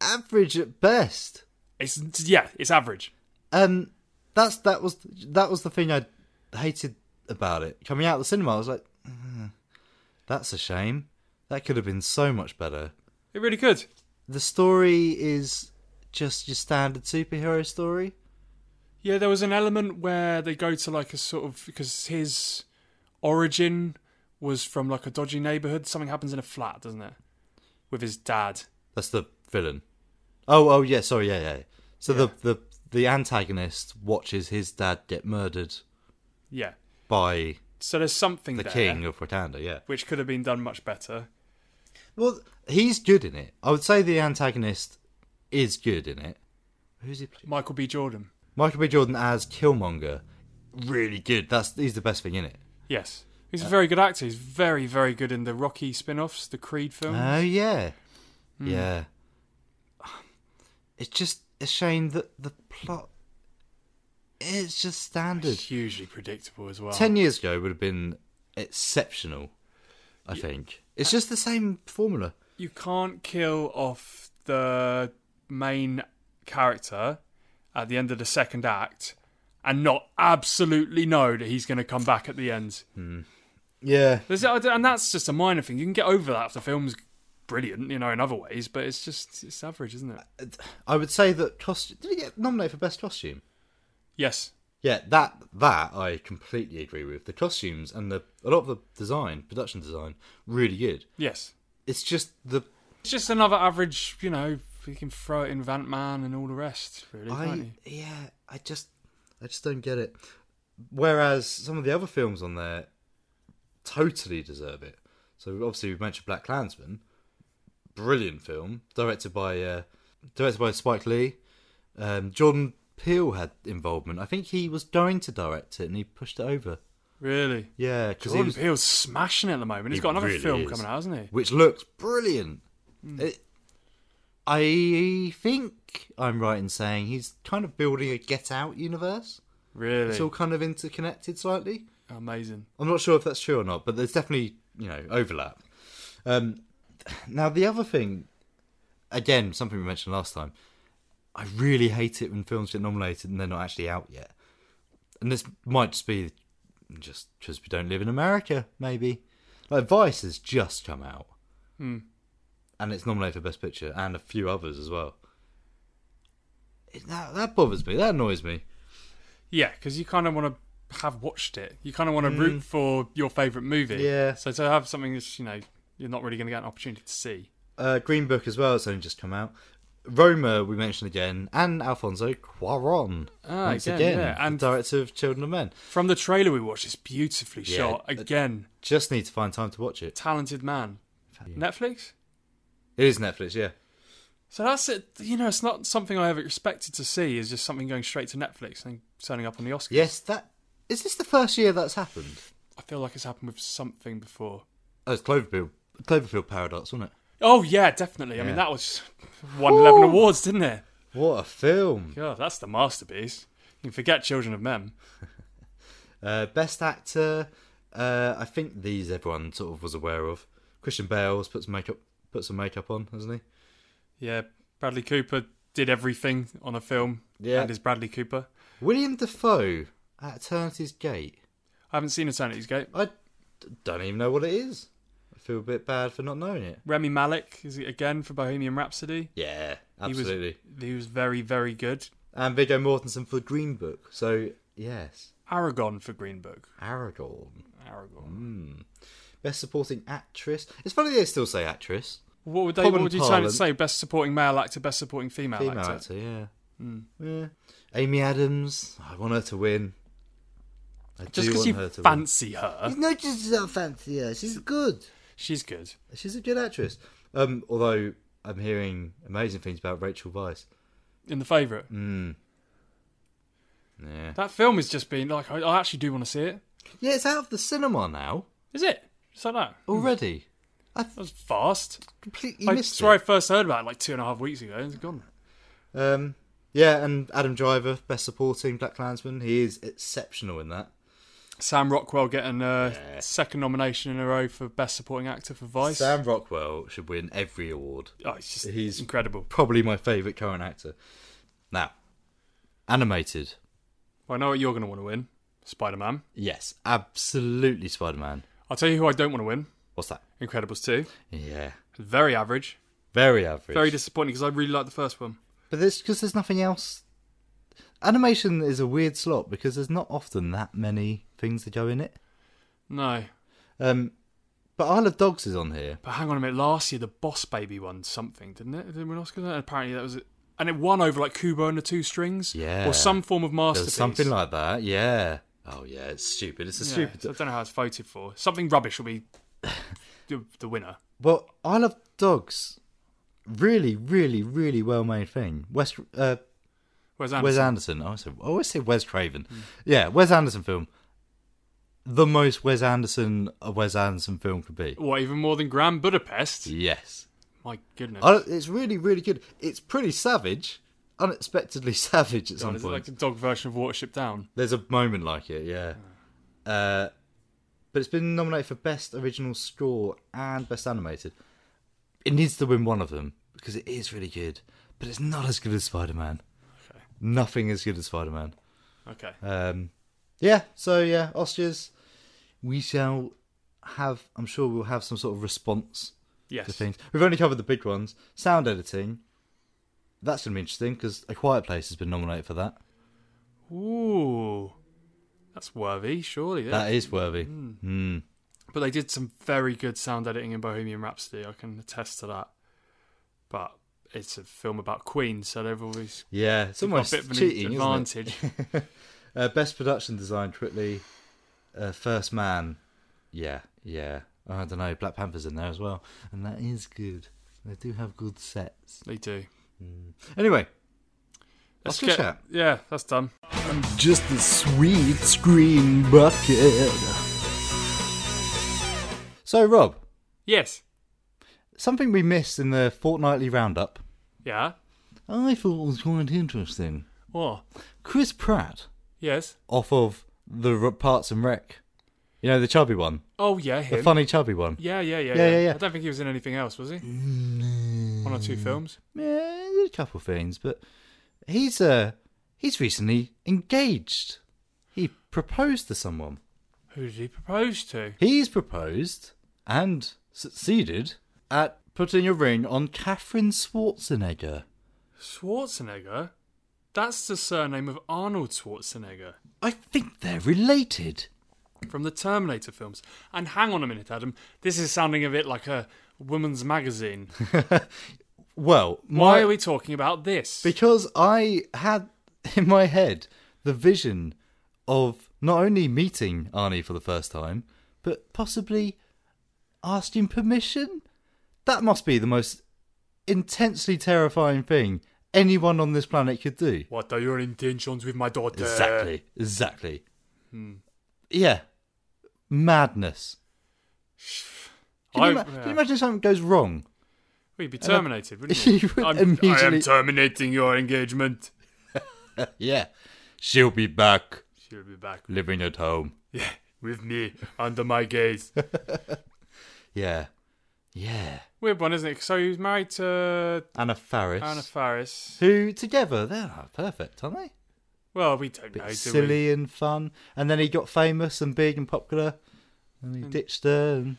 Speaker 4: average at best.
Speaker 2: It's yeah, it's average.
Speaker 4: Um, that's that was that was the thing I hated about it coming out of the cinema. I was like, "Ugh, that's a shame. That could have been so much better.
Speaker 2: It really could.
Speaker 4: The story is just your standard superhero story.
Speaker 2: Yeah, there was an element where they go to like a sort of because his origin was from like a dodgy neighborhood. Something happens in a flat, doesn't it? With his dad.
Speaker 4: That's the villain. Oh, oh yeah, sorry, yeah, yeah. So the the the antagonist watches his dad get murdered
Speaker 2: Yeah.
Speaker 4: by
Speaker 2: So there's something
Speaker 4: the
Speaker 2: there,
Speaker 4: king of Wakanda. Yeah.
Speaker 2: which could have been done much better.
Speaker 4: Well, he's good in it. I would say the antagonist is good in it. Who's he?
Speaker 2: Michael B. Jordan.
Speaker 4: Michael B. Jordan as Killmonger, really good. That's he's the best thing in it.
Speaker 2: Yes, he's a very good actor. He's very, very good in the Rocky spin-offs, the Creed films.
Speaker 4: Oh yeah,
Speaker 2: Hmm.
Speaker 4: yeah. It's just a shame that the plot. It's just standard.
Speaker 2: Hugely predictable as well.
Speaker 4: Ten years ago would have been exceptional. I think it's just the same formula.
Speaker 2: you can't kill off the main character at the end of the second act and not absolutely know that he's going to come back at the end.
Speaker 4: Yeah,
Speaker 2: There's, and that's just a minor thing. You can get over that if the film's brilliant, you know, in other ways, but it's just it's average, isn't it?
Speaker 4: I would say that costume. Did he get nominated for best costume?
Speaker 2: Yes.
Speaker 4: Yeah, that that I completely agree with. The costumes and the a lot of the design, production design, really good.
Speaker 2: Yes.
Speaker 4: It's just the
Speaker 2: It's just another average, you know, you can throw it in Vant Man and all the rest, really, can't you?
Speaker 4: I yeah, I just I just don't get it. Whereas some of the other films on there totally deserve it. So obviously we've mentioned Black Klansman, brilliant film, directed by uh, directed by Spike Lee. Um, Jordan Peele had involvement. I think he was going to direct it and he pushed it over.
Speaker 2: Really?
Speaker 4: Yeah, because
Speaker 2: Jordan Peele's smashing it at the moment. He's got another film coming out, hasn't he? Hmm.
Speaker 4: Which looks brilliant. It- I think I'm right in saying he's kind of building a Get Out universe.
Speaker 2: Really?
Speaker 4: It's all kind of interconnected slightly.
Speaker 2: Amazing.
Speaker 4: I'm not sure if that's true or not, but there's definitely you know overlap. Um, now the other thing, again, something we mentioned last time. I really hate it when films get nominated and they're not actually out yet. And this might just be just because we don't live in America, maybe. Like Vice has just come out
Speaker 2: Hmm.
Speaker 4: and it's nominated for Best Picture and a few others as well. It- That that bothers me. That annoys me.
Speaker 2: Yeah, because you kind of want to have watched it. You kind of want to root
Speaker 4: Mm.
Speaker 2: for your favourite movie.
Speaker 4: Yeah.
Speaker 2: So to have something that's you know you're not really going to get an opportunity to see.
Speaker 4: Uh, Green Book as well. It's only just come out. Roma, we mentioned again, and Alfonso Cuaron
Speaker 2: Ah,
Speaker 4: once
Speaker 2: again,
Speaker 4: again,
Speaker 2: yeah, and-
Speaker 4: the director of Children of Men.
Speaker 2: From the trailer we watched, it's beautifully shot. Again,
Speaker 4: just need to find time to watch it.
Speaker 2: talented man. Netflix.
Speaker 4: It is Netflix, yeah.
Speaker 2: So that's it. You know, it's not something I ever expected to see. Is just something going straight to Netflix and turning up on the Oscars.
Speaker 4: Yes, that is this the first year that's happened.
Speaker 2: I feel like it's happened with something before.
Speaker 4: Oh, it's Cloverfield, Cloverfield Paradox, wasn't it?
Speaker 2: Oh yeah, definitely. I
Speaker 4: Yeah.
Speaker 2: mean, that was won eleven
Speaker 4: Woo!
Speaker 2: awards, didn't it?
Speaker 4: What a film!
Speaker 2: God, that's the masterpiece. You can forget Children of Men.
Speaker 4: Uh, best actor, uh, I think these everyone sort of was aware of. Christian Bale's put some makeup, put some makeup on, hasn't he?
Speaker 2: Yeah, Bradley Cooper did everything on a film.
Speaker 4: Yeah.
Speaker 2: and is Bradley Cooper.
Speaker 4: William Defoe at Eternity's Gate.
Speaker 2: I haven't seen Eternity's Gate.
Speaker 4: I don't even know what it is. I feel a bit bad for not knowing it.
Speaker 2: Remy Malik is it again for Bohemian Rhapsody?
Speaker 4: Yeah,
Speaker 2: He was-
Speaker 4: absolutely.
Speaker 2: he was very, very good.
Speaker 4: And Viggo Mortensen for Green Book. So yes,
Speaker 2: Aragon for Green Book.
Speaker 4: Aragorn.
Speaker 2: Aragorn.
Speaker 4: Mm. Best supporting actress. It's funny they still say actress.
Speaker 2: What would they?
Speaker 4: Common
Speaker 2: what would you try to
Speaker 4: parlance.
Speaker 2: say? Best supporting male actor, best supporting female,
Speaker 4: Female
Speaker 2: actor.
Speaker 4: actor, yeah.
Speaker 2: Mm.
Speaker 4: Yeah. Amy Adams. I want her to win. I
Speaker 2: Just
Speaker 4: do
Speaker 2: because
Speaker 4: want
Speaker 2: you
Speaker 4: her to win.
Speaker 2: fancy her,
Speaker 7: It's not just that fancy. yeah, She's good.
Speaker 2: she's good.
Speaker 4: She's a good actress. Um, although I'm hearing amazing things about Rachel Weisz.
Speaker 2: In the favourite,
Speaker 4: Mm. Yeah.
Speaker 2: that film has just been like I, I actually do want to see it.
Speaker 4: Yeah, it's out of the cinema now
Speaker 2: Is it? Just like that.
Speaker 4: already.
Speaker 2: That was fast.
Speaker 4: Hmm. Completely
Speaker 2: I
Speaker 4: missed
Speaker 2: swear I first heard about it like two and a half weeks ago. and It's gone.
Speaker 4: it. Um, yeah, and Adam Driver, best supporting Black Klansman. He is exceptional in that.
Speaker 2: Sam Rockwell getting a second nomination in a row for best supporting actor for Vice.
Speaker 4: Sam Rockwell should win every award.
Speaker 2: oh, it's just
Speaker 4: He's
Speaker 2: incredible.
Speaker 4: probably my favourite current actor. Now, animated.
Speaker 2: I know what you're going to want to win, Spider Man.
Speaker 4: Yes, absolutely Spider Man.
Speaker 2: I'll tell you who I don't want to win.
Speaker 4: What's that?
Speaker 2: Incredibles two.
Speaker 4: Yeah.
Speaker 2: Very average.
Speaker 4: Very average.
Speaker 2: Very disappointing because I really liked the first one.
Speaker 4: but there's because there's nothing else. Animation is a weird slot because there's not often that many things that go in it.
Speaker 2: No,
Speaker 4: Um, but Isle of Dogs is on here.
Speaker 2: but hang on a minute. Last year, the Boss Baby won something, didn't it? Didn't win Oscar? And apparently, that was it. And it won over like Kubo and the Two Strings,
Speaker 4: Yeah.
Speaker 2: or some form of
Speaker 4: There's
Speaker 2: masterpiece,
Speaker 4: something like that. Yeah. Oh yeah, it's stupid. It's a
Speaker 2: Yeah,
Speaker 4: stupid.
Speaker 2: so I don't know how it's voted for. Something rubbish will be the, the winner.
Speaker 4: Well, Isle of Dogs, really, really, really well made thing. West. Uh,
Speaker 2: Where's Anderson?
Speaker 4: Wes Anderson. I always, say, I always say Wes Craven. Yeah, Wes Anderson film. The most Wes Anderson a Wes Anderson film could be.
Speaker 2: What even more than Grand Budapest?
Speaker 4: Yes.
Speaker 2: My goodness.
Speaker 4: I, it's really, really good. It's pretty savage. Unexpectedly savage at
Speaker 2: God,
Speaker 4: some
Speaker 2: is it
Speaker 4: point.
Speaker 2: like the dog version of Watership Down?
Speaker 4: There's a moment like it, yeah. Uh, but it's been nominated for Best Original Score and Best Animated. It needs to win one of them because it is really good, but it's not as good as Spider Man. Nothing as good as Spider Man.
Speaker 2: Okay.
Speaker 4: Um, yeah, so yeah, Oscars. We shall have, I'm sure we'll have some sort of response
Speaker 2: Yes.
Speaker 4: to things. We've only covered the big ones. Sound editing. That's going to be interesting because A Quiet Place has been nominated for that.
Speaker 2: Ooh, that's worthy, surely. yeah.
Speaker 4: That is worthy. Hmm.
Speaker 2: But they did some very good sound editing in Bohemian Rhapsody. I can attest to that. But it's a film about Queen, so they've always
Speaker 4: Yeah, it's
Speaker 2: they've got
Speaker 4: almost
Speaker 2: a bit of an
Speaker 4: cheating,
Speaker 2: advantage.
Speaker 4: Isn't it? uh, best production design, quickly. Uh, First Man. Yeah, yeah. Oh, I don't know. Black Panther's in there as well, and that is good. They do have good sets.
Speaker 2: They do.
Speaker 4: Anyway,
Speaker 2: Let's
Speaker 4: Oscar
Speaker 2: get-
Speaker 4: chat.
Speaker 2: Yeah, that's done.
Speaker 13: I'm just a sweet screen bucket.
Speaker 4: So, Rob,
Speaker 2: Yes.
Speaker 4: something we missed in the fortnightly roundup.
Speaker 2: Yeah.
Speaker 4: I thought was quite interesting.
Speaker 2: What?
Speaker 4: Chris Pratt
Speaker 2: Yes.
Speaker 4: off of the R- Parts and Rec. You know the chubby one,
Speaker 2: Oh yeah, him.
Speaker 4: the funny chubby one.
Speaker 2: Yeah, yeah, yeah,
Speaker 4: Yeah,
Speaker 2: yeah,
Speaker 4: yeah, yeah.
Speaker 2: I don't think he was in anything else, was he? One or two films.
Speaker 4: Yeah, there's a couple of things, but he's uh he's recently engaged. He proposed to someone.
Speaker 2: Who did he propose to?
Speaker 4: He's proposed and succeeded at putting a ring on Catherine Schwarzenegger.
Speaker 2: Schwarzenegger. That's the surname of Arnold Schwarzenegger.
Speaker 4: I think they're related.
Speaker 2: from the Terminator films. And hang on a minute, Adam, this is sounding a bit like a woman's magazine.
Speaker 4: well,
Speaker 2: why are we talking about this?
Speaker 4: Because I had in my head the vision of not only meeting Arnie for the first time, but possibly asking permission. That must be the most intensely terrifying thing anyone on this planet could do.
Speaker 2: What are your intentions with my daughter?
Speaker 4: Exactly, exactly. Hmm. Yeah, madness. Can,
Speaker 2: I-
Speaker 4: you, ima- can you
Speaker 2: yeah.
Speaker 4: imagine if something goes wrong?
Speaker 2: We'd be
Speaker 4: And I-
Speaker 2: terminated, wouldn't you?
Speaker 4: You would
Speaker 2: I'm, I am
Speaker 4: immediately-
Speaker 2: terminating your engagement.
Speaker 4: yeah, she'll be back,
Speaker 2: She'll be back
Speaker 4: living at home.
Speaker 2: yeah, with me under my gaze.
Speaker 4: Yeah, yeah.
Speaker 2: Weird one, isn't it? So he was married to
Speaker 4: Anna Faris.
Speaker 2: Anna Faris.
Speaker 4: who together they're not perfect, aren't they?
Speaker 2: Well, we don't
Speaker 4: Bit
Speaker 2: know, do we?
Speaker 4: silly and fun, and then he got famous and big and popular, and he ditched her. And...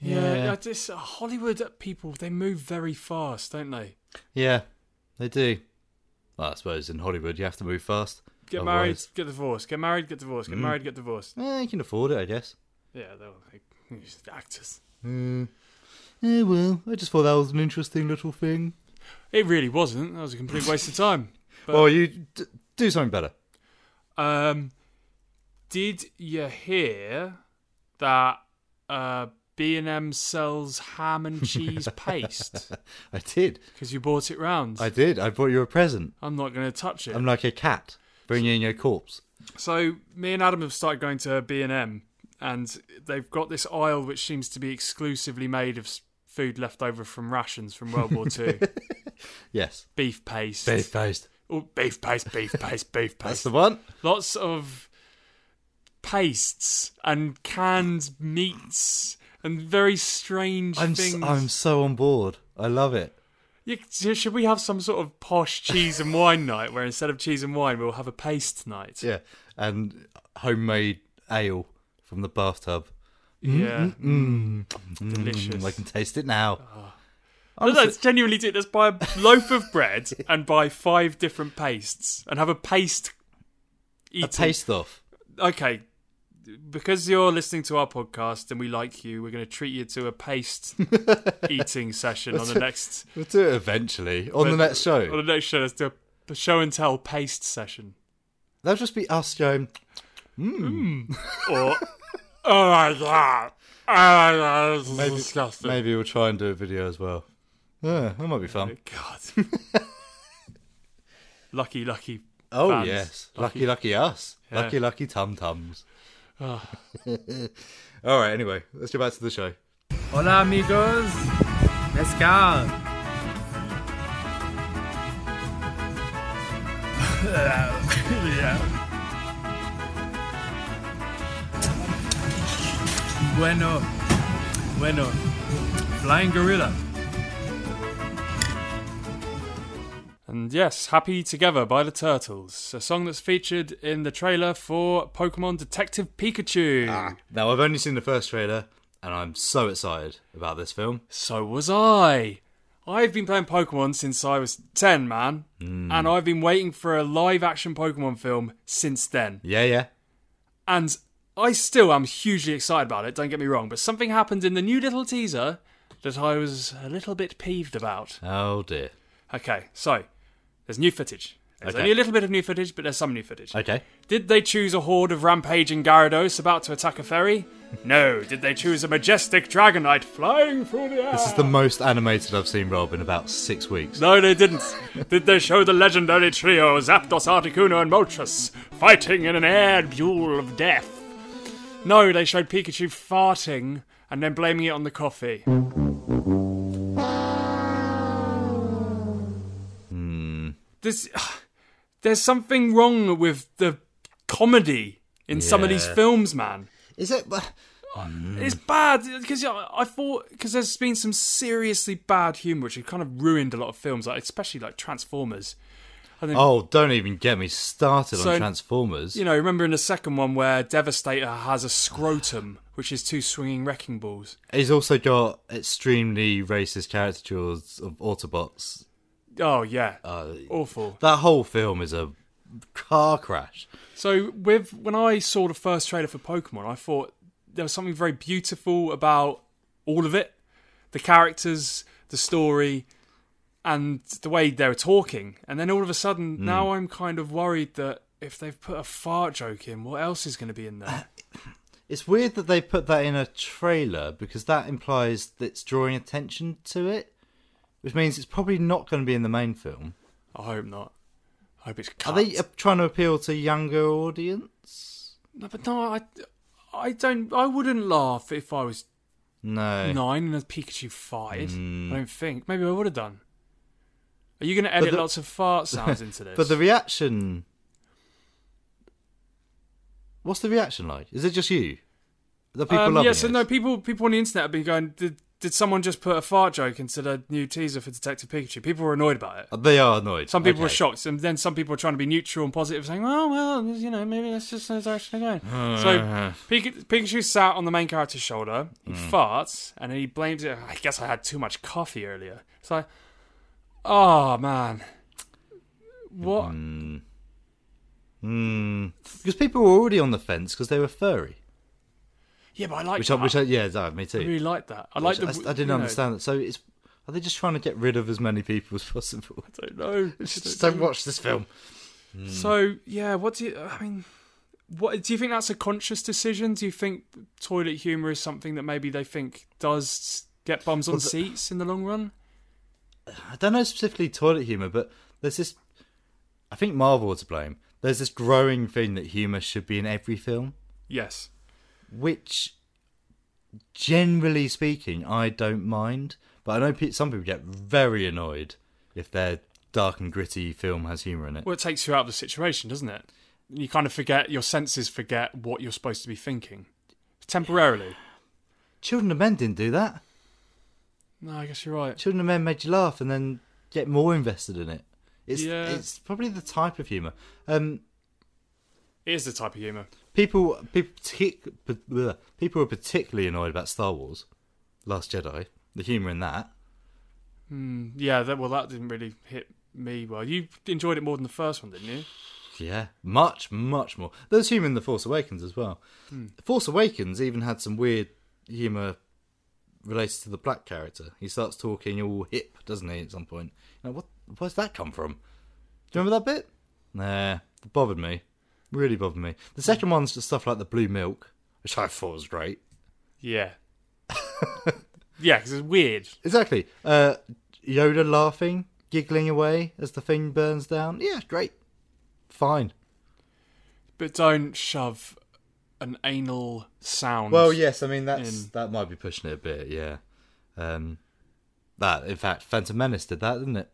Speaker 2: Yeah, yeah. Just, uh, Hollywood people, they move very fast, don't they?
Speaker 4: Yeah, they do. Well, I suppose in Hollywood you have to move fast.
Speaker 2: Get married,
Speaker 4: otherwise-
Speaker 2: get divorced. Get married, get divorced. Get
Speaker 4: Mm.
Speaker 2: married, get divorced.
Speaker 4: Eh, you can afford it, I guess.
Speaker 2: Yeah, they're like these actors.
Speaker 4: Mm. Eh, well, I just thought that was an interesting little thing.
Speaker 2: It really wasn't. That was a complete waste of time. But,
Speaker 4: well, Oh, you d- do something better.
Speaker 2: um, did you hear that uh, B&M sells ham and cheese paste?
Speaker 4: I did.
Speaker 2: Because you bought it round.
Speaker 4: I did. I brought you a present.
Speaker 2: I'm not going to touch it.
Speaker 4: I'm like a cat bringing a corpse.
Speaker 2: So me and Adam have started going to B and M, and they've got this aisle which seems to be exclusively made of s- food left over from rations from World War Two.
Speaker 4: Yes.
Speaker 2: beef paste.
Speaker 4: Beef paste.
Speaker 2: Oh, beef paste. Beef paste. Beef paste.
Speaker 4: That's the one.
Speaker 2: Lots of pastes and canned meats and very strange
Speaker 4: I'm s
Speaker 2: things.
Speaker 4: I'm so on board. I love it.
Speaker 2: You- should we have some sort of posh cheese and wine night where instead of cheese and wine we'll have a paste night?
Speaker 4: Yeah, and homemade ale from the bathtub.
Speaker 2: Yeah.
Speaker 4: Mm, mm, mm.
Speaker 2: Delicious.
Speaker 4: I can taste it now.
Speaker 2: Uh, No, no, it's genuinely do. Let's buy a loaf of bread and buy five different pastes and have a paste eating.
Speaker 4: a taste off.
Speaker 2: Okay. Because you're listening to our podcast and we like you, we're going to treat you to a paste eating session on the next
Speaker 4: We'll do it eventually on the
Speaker 2: but-
Speaker 4: next show.
Speaker 2: On the next show, let's do a show and tell paste session.
Speaker 4: That'll just be us going. Mm.
Speaker 2: Or oh my god, oh my god, this is
Speaker 4: Maybe,
Speaker 2: disgusting.
Speaker 4: maybe we'll try and do a video as well. Yeah, that might be fun.
Speaker 2: Oh God. lucky, lucky.
Speaker 4: Oh
Speaker 2: fans.
Speaker 4: yes, lucky, lucky us,
Speaker 2: Yeah.
Speaker 4: lucky, lucky tum tums.
Speaker 2: Ah.
Speaker 4: All right. Anyway, let's go back to the show.
Speaker 14: Hola amigos, mezcal. bueno, bueno, flying gorilla.
Speaker 2: And yes, Happy Together by the Turtles, a song that's featured in the trailer for Pokemon Detective Pikachu.
Speaker 4: Now I've only seen the first trailer, and I'm so excited about this film.
Speaker 2: So was I. I've been playing Pokemon since I was 10, man. And I've been waiting for a live action Pokemon film since then.
Speaker 4: Yeah, yeah.
Speaker 2: And I still am hugely excited about it, don't get me wrong, but something happened in the new little teaser that I was a little bit peeved about.
Speaker 4: Oh dear.
Speaker 2: Okay, so there's new footage. There's
Speaker 4: Okay.
Speaker 2: only a little bit of new footage, but there's some new footage.
Speaker 4: Okay.
Speaker 2: Did they choose a horde of rampaging Gyarados about to attack a ferry? No. Did they choose a majestic Dragonite flying through the air?
Speaker 4: This is the most animated I've seen Rob in about six weeks.
Speaker 2: No, they didn't. Did they show the legendary trio Zapdos, Articuno, and Moltres fighting in an air duel of death? No, they showed Pikachu farting and then blaming it on the coffee. There's, there's something wrong with the comedy in some of these
Speaker 4: Yeah.
Speaker 2: films, man.
Speaker 4: Is it?
Speaker 2: It's bad because I thought because there's been some seriously bad humor which has kind of ruined a lot of films, like especially like Transformers. I think,
Speaker 4: Oh, don't even get me started
Speaker 2: So-
Speaker 4: on Transformers.
Speaker 2: you know, remember in the second one where Devastator has a scrotum, which is two swinging wrecking balls.
Speaker 4: He's also got extremely racist caricatures of Autobots.
Speaker 2: Oh yeah,
Speaker 4: Uh,
Speaker 2: awful.
Speaker 4: That whole film is a car crash.
Speaker 2: So with when I saw the first trailer for Pokemon, I thought there was something very beautiful about all of it. The characters, the story, and the way they were talking. And then all of a sudden,
Speaker 4: Mm.
Speaker 2: now I'm kind of worried that if they've put a fart joke in, what else is going to be in there?
Speaker 4: It's weird that they put that in a trailer because that implies that it's drawing attention to it, which means it's probably not going to be in the main film.
Speaker 2: I hope not. I hope it's
Speaker 4: Are they uh, trying to appeal to younger audience?
Speaker 2: No, but no, I, I don't. I wouldn't laugh if I was
Speaker 4: No.
Speaker 2: nine and a Pikachu farted.
Speaker 4: Mm.
Speaker 2: I don't think. Maybe I would have done. Are you going to edit
Speaker 4: the-
Speaker 2: lots of fart sounds into this?
Speaker 4: But the reaction. What's the reaction like? Is it just you? The people
Speaker 2: um,
Speaker 4: loving
Speaker 2: yeah, so
Speaker 4: it?
Speaker 2: no, people people on the internet have been going. Did, did someone just put a fart joke into the new teaser for Detective Pikachu? People were annoyed about it.
Speaker 4: Uh, They are annoyed.
Speaker 2: Some people were
Speaker 4: Okay.
Speaker 2: shocked, and then some people were trying to be neutral and positive, saying, "Oh well, you know, maybe that's just how it's actually going." so
Speaker 4: Uh-huh.
Speaker 2: Pika- Pikachu sat on the main character's shoulder. He
Speaker 4: Mm.
Speaker 2: farts, and he blames it. I guess I had too much coffee earlier. It's like, oh man, what?
Speaker 4: Mm. Because Mm, people were already on the fence because they were furry.
Speaker 2: Yeah, but I like
Speaker 4: which,
Speaker 2: that.
Speaker 4: I, which I, yeah, that, me too.
Speaker 2: I really like that. I like
Speaker 4: Which
Speaker 2: the-
Speaker 4: I, I didn't
Speaker 2: you know.
Speaker 4: understand that. So it's are they just trying to get rid of as many people as possible?
Speaker 2: I don't know.
Speaker 4: just, don't watch this film. Mm.
Speaker 2: So yeah, what do you? I mean, what do you think that's a conscious decision? Do you think toilet humor is something that maybe they think does get bums on
Speaker 4: Well, the-
Speaker 2: seats in the long run?
Speaker 4: I don't know specifically toilet humor, but there's this. I think Marvel are to blame. There's this growing thing that humor should be in every film,
Speaker 2: Yes.
Speaker 4: which, generally speaking, I don't mind. But I know pe- some people get very annoyed if their dark and gritty film has humor in it.
Speaker 2: Well, it takes you out of the situation, doesn't it? You kind of forget your senses forget what you're supposed to be thinking temporarily.
Speaker 4: Children of Men didn't do that.
Speaker 2: No, I guess you're right.
Speaker 4: Children of Men made you laugh and then get more invested in it. It's
Speaker 2: Yeah.
Speaker 4: it's probably the type of humor. Um,
Speaker 2: It is the type of humor.
Speaker 4: people people partic- p- bleh. people were particularly annoyed about Star Wars, Last Jedi. The humor in that.
Speaker 2: Hmm, yeah. That, well, that didn't really hit me well. You enjoyed it more than the first one, didn't you?
Speaker 4: Yeah, much, much more. There's humour in The Force Awakens as well.
Speaker 2: Hmm.
Speaker 4: Force Awakens even had some weird humour related to the black character. He starts talking all hip, doesn't he, at some point? Now, what, where's that come from? Do you remember that bit? Nah, it bothered me. Really bothered me. The second one's just stuff like the blue milk, which I thought was great.
Speaker 2: Yeah. yeah, because it's weird.
Speaker 4: Exactly. Uh, Yoda laughing, giggling away as the thing burns down. Yeah, great. Fine.
Speaker 2: But don't shove an anal sound.
Speaker 4: Well, yes, I mean that's
Speaker 2: in.
Speaker 4: that might be pushing it a bit, yeah. Um, that in fact, Phantom Menace did that, didn't it?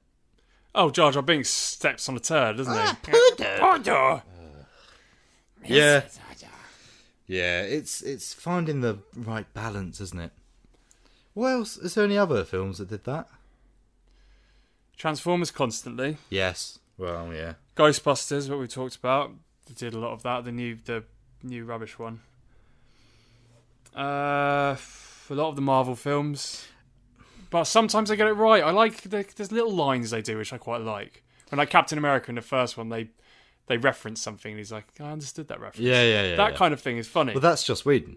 Speaker 2: Oh, Jar Jar Binks steps on a turd, doesn't
Speaker 4: Ah.
Speaker 2: he? Poodle.
Speaker 4: Yeah, yeah. It's it's finding the right balance, isn't it? What else? Is there any other films that did that?
Speaker 2: Transformers constantly.
Speaker 4: Yes. Well, yeah.
Speaker 2: Ghostbusters, what we talked about, they did a lot of that. The new, the new rubbish one. Uh, f- a lot of the Marvel films, but sometimes they get it right. I like the, there's little lines they do which I quite like. When like Captain America in the first one, they they reference something and he's like, I understood that reference.
Speaker 4: Yeah, yeah, yeah,
Speaker 2: That
Speaker 4: yeah.
Speaker 2: kind of thing is funny.
Speaker 4: Well, that's Joss Whedon.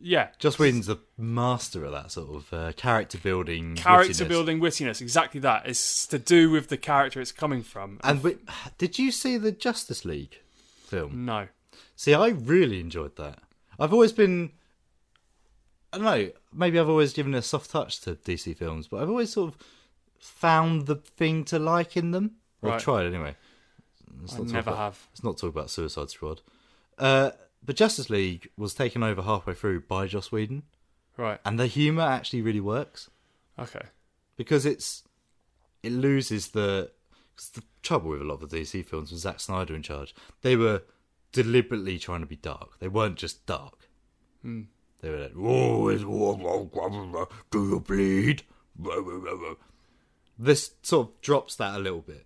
Speaker 2: yeah,
Speaker 4: Joss Whedon's the master of that sort of uh, character building.
Speaker 2: character
Speaker 4: wittiness.
Speaker 2: building wittiness exactly that it's to do with the character it's coming from
Speaker 4: And we, did you see the Justice League film?
Speaker 2: no
Speaker 4: See, I really enjoyed that. I've always been. I don't know. Maybe I've always given a soft touch to DC films, but I've always sort of found the thing to like in them. Or
Speaker 2: Right.
Speaker 4: tried anyway.
Speaker 2: I
Speaker 4: talk
Speaker 2: never
Speaker 4: about-
Speaker 2: have.
Speaker 4: Let's not talk about Suicide Squad. Uh, but Justice League was taken over halfway through by Joss Whedon,
Speaker 2: right
Speaker 4: and the humour actually really works
Speaker 2: okay
Speaker 4: because it's it loses the cause the trouble with a lot of the DC films with Zack Snyder in charge. They were deliberately trying to be dark. They weren't just dark.
Speaker 2: Hmm.
Speaker 4: They were like, "Oh, it's warm, oh, blah, blah, blah. do you bleed?" Blah, blah, blah, blah. This sort of drops that a little bit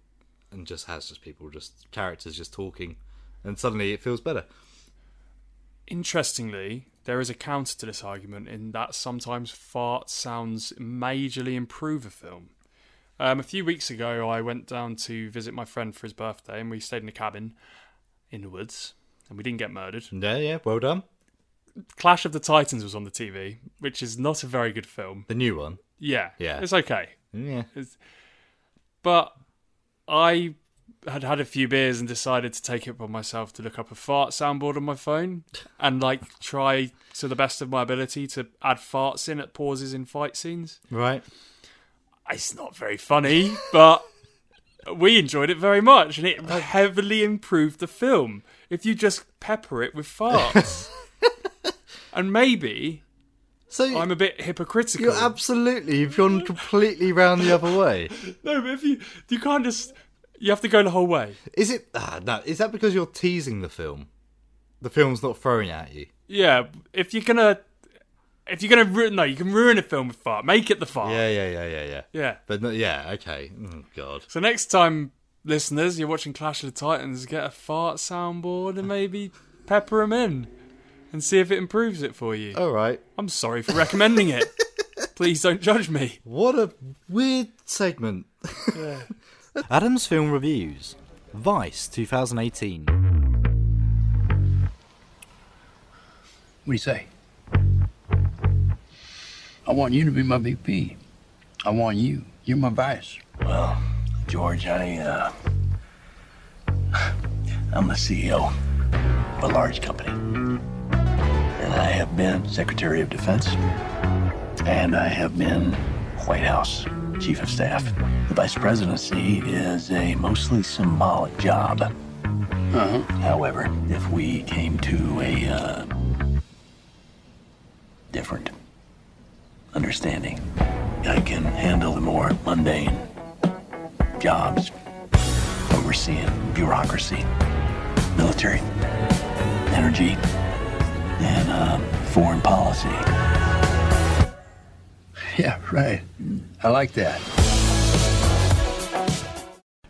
Speaker 4: and just has just people, just characters, just talking, and suddenly it feels better.
Speaker 2: interestingly there is a counter to this argument in that sometimes fart sounds majorly improve a film Um, a few weeks ago, I went down to visit my friend for his birthday, and we stayed in a cabin in the woods, and we didn't get murdered.
Speaker 4: Yeah, uh, yeah, well done.
Speaker 2: Clash of the Titans was on the TV, which is not a very good film.
Speaker 4: The new one.
Speaker 2: Yeah,
Speaker 4: Yeah.
Speaker 2: it's okay.
Speaker 4: Yeah.
Speaker 2: It's- but I had had a few beers and decided to take it upon myself to look up a fart soundboard on my phone and like try to the best of my ability to add farts in at pauses in fight scenes.
Speaker 4: Right.
Speaker 2: It's not very funny, but we enjoyed it very much and it heavily improved the film if you just pepper it with farts. and maybe
Speaker 4: so
Speaker 2: I'm a bit hypocritical.
Speaker 4: You're absolutely. You've gone completely round the other way.
Speaker 2: no, but if you you can't just you have to go the whole way.
Speaker 4: Is it? Ah, no. Is that because you're teasing the film? The film's not throwing at you.
Speaker 2: Yeah, if you're gonna, if you're gonna ruin, no, you can ruin a film with fart. Make it the fart.
Speaker 4: Yeah, yeah, yeah, yeah, yeah.
Speaker 2: Yeah.
Speaker 4: But no, yeah, okay. Mm, God.
Speaker 2: So next time, listeners, you're watching Clash of the Titans, get a fart soundboard and maybe pepper them in, and see if it improves it for you.
Speaker 4: All right.
Speaker 2: I'm sorry for recommending it. Please don't judge me.
Speaker 4: What a weird segment. Adam's film reviews. Vice 2018.
Speaker 15: What do you say? I want you to be my VP. I want you. You're my vice. Well, George, I, uh, I'm the CEO of a large company. And I have been Secretary of Defense. And I have been White House Chief of Staff. The vice presidency is a mostly symbolic job. Uh-huh. However, if we came to a, uh, different understanding. I can handle the more mundane jobs, overseeing bureaucracy, military, energy, and uh, foreign policy. Yeah, right. I like that.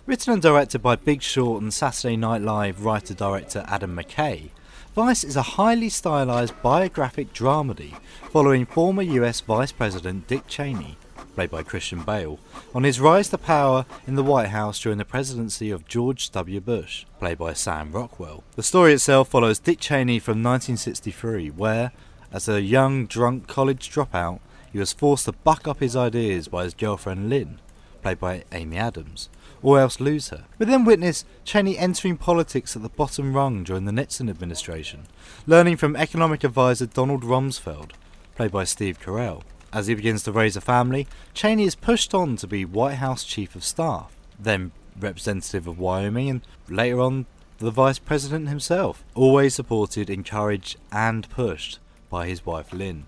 Speaker 4: Written and directed by Big Short and Saturday Night Live writer director Adam McKay, Vice is a highly stylized biographic dramedy following former US Vice President Dick Cheney, played by Christian Bale, on his rise to power in the White House during the presidency of George W. Bush, played by Sam Rockwell. The story itself follows Dick Cheney from 1963, where, as a young, drunk college dropout, he was forced to buck up his ideas by his girlfriend Lynn, played by Amy Adams, or else lose her. We then witness Cheney entering politics at the bottom rung during the Nixon administration, learning from economic advisor Donald Rumsfeld, played by Steve Carell. As he begins to raise a family, Cheney is pushed on to be White House Chief of Staff, then representative of Wyoming, and later on, the Vice President himself, always supported, encouraged, and pushed by his wife Lynn.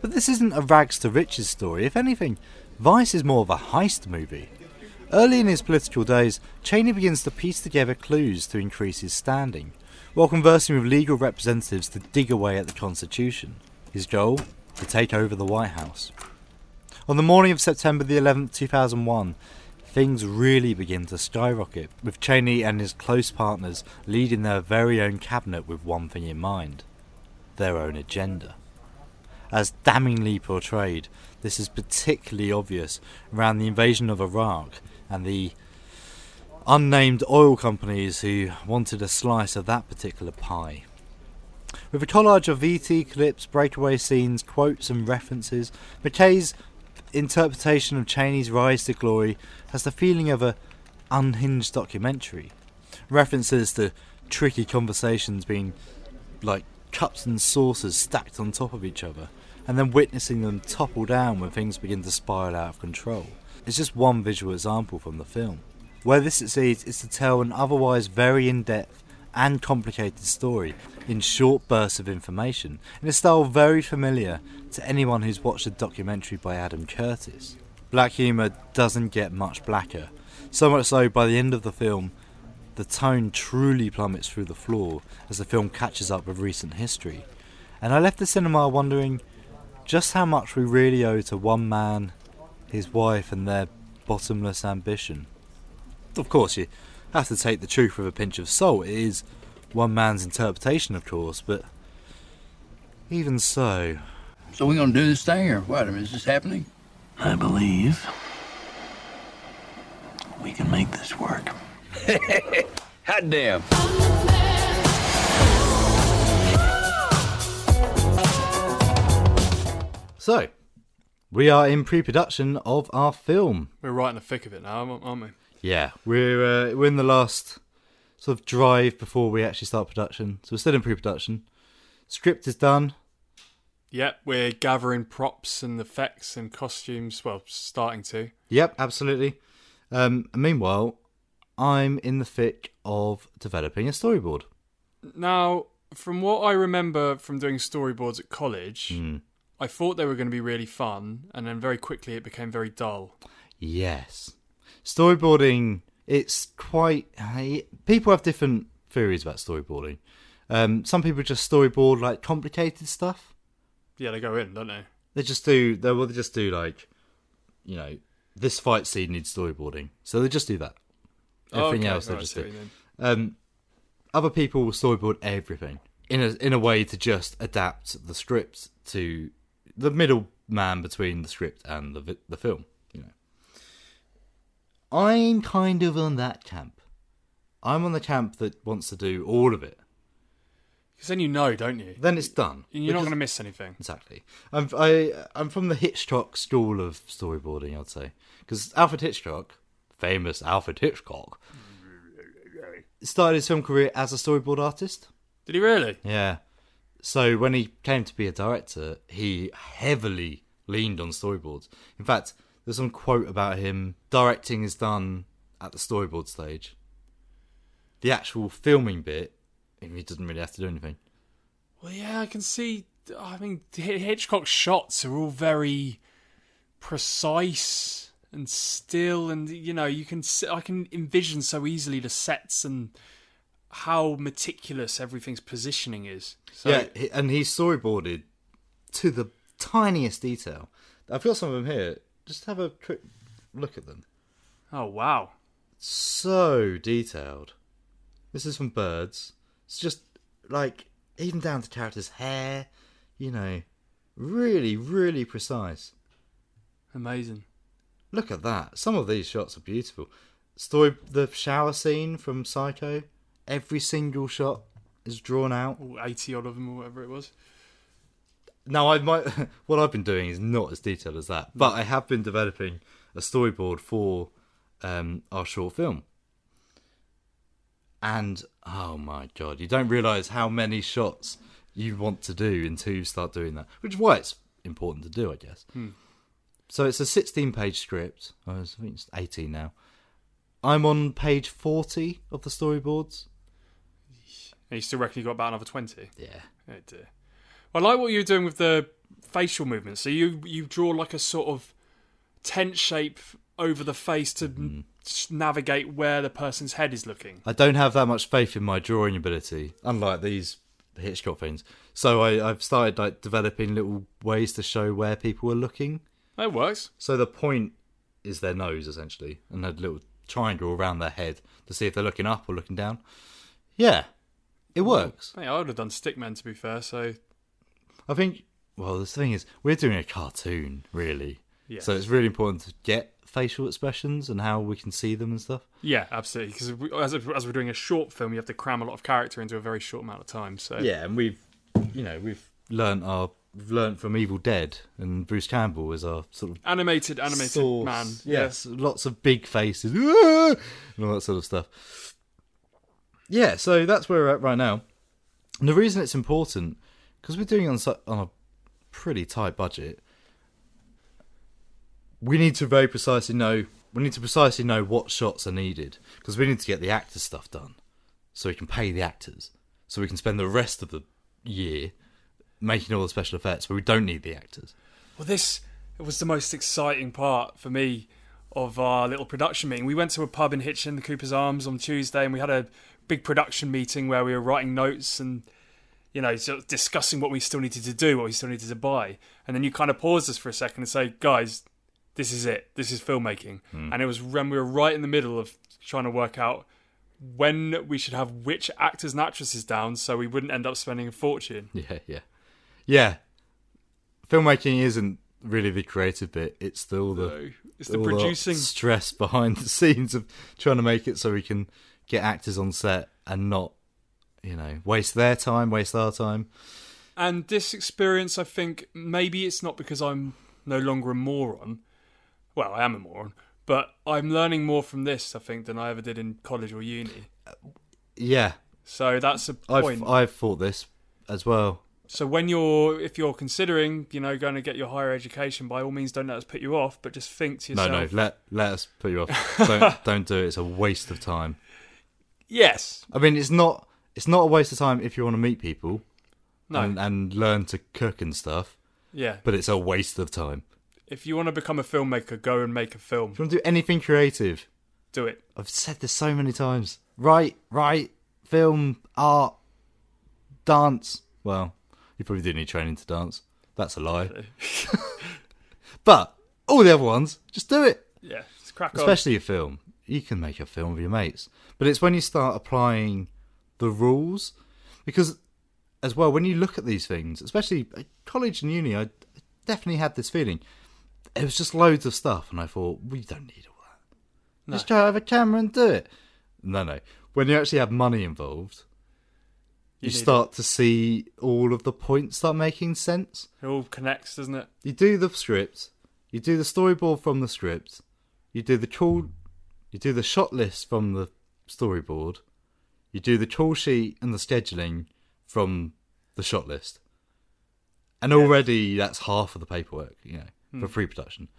Speaker 4: But this isn't a rags to riches story. If anything, Vice is more of a heist movie. Early in his political days, Cheney begins to piece together clues to increase his standing, while conversing with legal representatives to dig away at the Constitution. His goal? To take over the White House. On the morning of September the 11th, 2001, things really begin to skyrocket, with Cheney and his close partners leading their very own cabinet with one thing in mind their own agenda as damningly portrayed. This is particularly obvious around the invasion of Iraq and the unnamed oil companies who wanted a slice of that particular pie. With a collage of VT clips, breakaway scenes, quotes, and references, McKay's interpretation of Cheney's rise to glory has the feeling of a unhinged documentary. References to tricky conversations being like cups and saucers stacked on top of each other, and then witnessing them topple down when things begin to spiral out of control. It's just one visual example from the film. Where this succeeds is to tell an otherwise very in depth and complicated story in short bursts of information, in a style very familiar to anyone who's watched a documentary by Adam Curtis. Black humour doesn't get much blacker, so much so by the end of the film, the tone truly plummets through the floor as the film catches up with recent history. And I left the cinema wondering just how much we really owe to one man, his wife, and their bottomless ambition. Of course, you have to take the truth with a pinch of salt. It is one man's interpretation, of course, but even so.
Speaker 15: So we're gonna do this thing, or what? I mean, is this happening? I believe We can make this work.
Speaker 16: Hot damn.
Speaker 4: So, we are in pre-production of our film.
Speaker 2: We're right in the thick of it now, aren't we?
Speaker 4: Yeah, we're uh, we're in the last sort of drive before we actually start production. So we're still in pre-production. Script is done.
Speaker 2: Yep, we're gathering props and effects and costumes. Well, starting to.
Speaker 4: Yep, absolutely. Um, meanwhile, I'm in the thick of developing a storyboard.
Speaker 2: Now, from what I remember from doing storyboards at college,
Speaker 4: Mm.
Speaker 2: I thought they were going to be really fun, and then very quickly it became very dull.
Speaker 4: Yes. Storyboarding, it's quite. People have different theories about storyboarding. Um, some people just storyboard like complicated stuff.
Speaker 2: Yeah, they go in, don't they?
Speaker 4: They just do. They will just do like, you know, this fight scene needs storyboarding, so they just do that.
Speaker 2: Oh,
Speaker 4: Everything
Speaker 2: okay.
Speaker 4: else they
Speaker 2: Right, I
Speaker 4: just
Speaker 2: see what
Speaker 4: do.
Speaker 2: you mean.
Speaker 4: Um, other people will storyboard everything in a in a way to just adapt the script to the middleman between the script and the vi- the film. You know, I'm kind of on that camp. I'm on the camp that wants to do all of it.
Speaker 2: Because then you know, don't you?
Speaker 4: Then it's done.
Speaker 2: You're not
Speaker 4: Because-
Speaker 2: going to miss anything.
Speaker 4: Exactly. I'm I, I'm from the Hitchcock school of storyboarding, I'd say, because Alfred Hitchcock, famous Alfred Hitchcock, started his film career as a storyboard artist.
Speaker 2: Did he really?
Speaker 4: Yeah. So when he came to be a director, he heavily leaned on storyboards. In fact, there's some quote about him directing is done at the storyboard stage. The actual filming bit, he doesn't really have to do anything.
Speaker 2: Well, yeah, I can see. I mean, H- Hitchcock's shots are all very precise and still, and you know, you can. s- I can envision so easily the sets and how meticulous everything's positioning is. So,
Speaker 4: yeah, he- and he storyboarded to the tiniest detail. I've got some of them here. Just have a quick look at them.
Speaker 2: Oh wow!
Speaker 4: So detailed. This is from Birds. It's just like even down to characters' hair. You know, really, really precise.
Speaker 2: Amazing.
Speaker 4: Look at that. Some of these shots are beautiful. Story the shower scene from Psycho. Every single shot is drawn out.
Speaker 2: All eighty odd of them, or whatever it was.
Speaker 4: Now I might what I've been doing is not as detailed as that, but I have been developing a storyboard for um, our short film. And oh my god, you don't realise how many shots you want to do until you start doing that, which is why it's important to do, I guess.
Speaker 2: Hmm.
Speaker 4: So it's a 16 page script. Oh, I was- I think it's 18 now. I'm on page 40 of the storyboards.
Speaker 2: And you still reckon you got about another twenty?
Speaker 4: Yeah.
Speaker 2: Oh dear. Well, I like what you're doing with the facial movements. So you you draw like a sort of tent shape over the face to n- s- navigate where the person's head is looking.
Speaker 4: I don't have that much faith in my drawing ability, unlike these Hitchcock things. So I, I've started like developing little ways to show where people are looking.
Speaker 2: That works.
Speaker 4: So the point is their nose essentially, and a little triangle around their head to see if they're looking up or looking down. Yeah, it works.
Speaker 2: Mate, I would have done stickmen to be fair. So
Speaker 4: I think. Well, the thing is, we're doing a cartoon, really.
Speaker 2: Yes.
Speaker 4: So it's really important to get facial expressions and how we can see them and stuff.
Speaker 2: yeah, absolutely. Because as, as we're doing a short film, you have to cram a lot of character into a very short amount of time. So
Speaker 4: Yeah, and we've, you know, we've learnt our we've learnt from Evil Dead and Bruce Campbell is our sort of
Speaker 2: animated animated
Speaker 4: source.
Speaker 2: man.
Speaker 4: Yes, lots of big faces "Ah!" and all that sort of stuff. Yeah, so that's where we're at right now. And the reason it's important because we're doing it on su- on a pretty tight budget. We need to very precisely know. We need to precisely know what shots are needed because we need to get the actor stuff done, so we can pay the actors, so we can spend the rest of the year making all the special effects, but we don't need the actors.
Speaker 2: Well, this was the most exciting part for me of our little production meeting. We went to a pub in Hitchin, the Cooper's Arms, on Tuesday, and we had a big production meeting where we were writing notes and, you know, sort of discussing what we still needed to do, what we still needed to buy. And then you kind of paused us for a second and say, guys, this is it. This is filmmaking.
Speaker 17: Hmm.
Speaker 2: And it was when we were right in the middle of trying to work out when we should have which actors and actresses down so we wouldn't end up spending a fortune.
Speaker 4: Yeah, yeah. Yeah. Filmmaking isn't really the creative bit, it's still the
Speaker 2: It's the
Speaker 4: all that
Speaker 2: producing.
Speaker 4: stress behind the scenes of trying to make it so we can get actors on set and not, you know, waste their time, waste our time.
Speaker 2: And this experience, I think, maybe it's not because I'm no longer a moron. Well, I am a moron, but I'm learning more from this, I think, than I ever did in college or uni.
Speaker 4: Yeah,
Speaker 2: So that's a point.
Speaker 4: I've I've thought this as well.
Speaker 2: So when you're, if you're considering, you know, going to get your higher education, by all means, don't let us put you off. But just think to
Speaker 4: No,
Speaker 2: yourself.
Speaker 4: no, let let us put you off. don't don't do it. It's a waste of time.
Speaker 2: Yes.
Speaker 4: I mean, it's not it's not a waste of time if you want to meet people,
Speaker 2: No.
Speaker 4: and, and learn to cook and stuff.
Speaker 2: Yeah.
Speaker 4: but it's a waste of time.
Speaker 2: If you want to become a filmmaker, go and make a film.
Speaker 4: If you want to do anything creative,
Speaker 2: Do it.
Speaker 4: I've said this so many times. Right, right, film, art, dance. Well, you probably do need training to dance. That's a lie. but all the other ones, just do it.
Speaker 2: Yeah. Just crack on.
Speaker 4: Especially a film. You can make a film with your mates. But it's when you start applying the rules. Because, as well, when you look at these things, especially at college and uni, I definitely had this feeling. It was just loads of stuff, and I thought, we don't need all that. Just try to have a camera and do it. No, no. When you actually have money involved,
Speaker 2: You
Speaker 4: you,
Speaker 2: need
Speaker 4: start to see all of the points start making sense.
Speaker 2: It all connects, doesn't it?
Speaker 4: You do the script, you do the storyboard from the script, you do the call, you do the shot list from the storyboard, you do the call sheet and the scheduling from the shot list, and already that's half of the paperwork, you know, for
Speaker 2: Hmm.
Speaker 4: pre-production.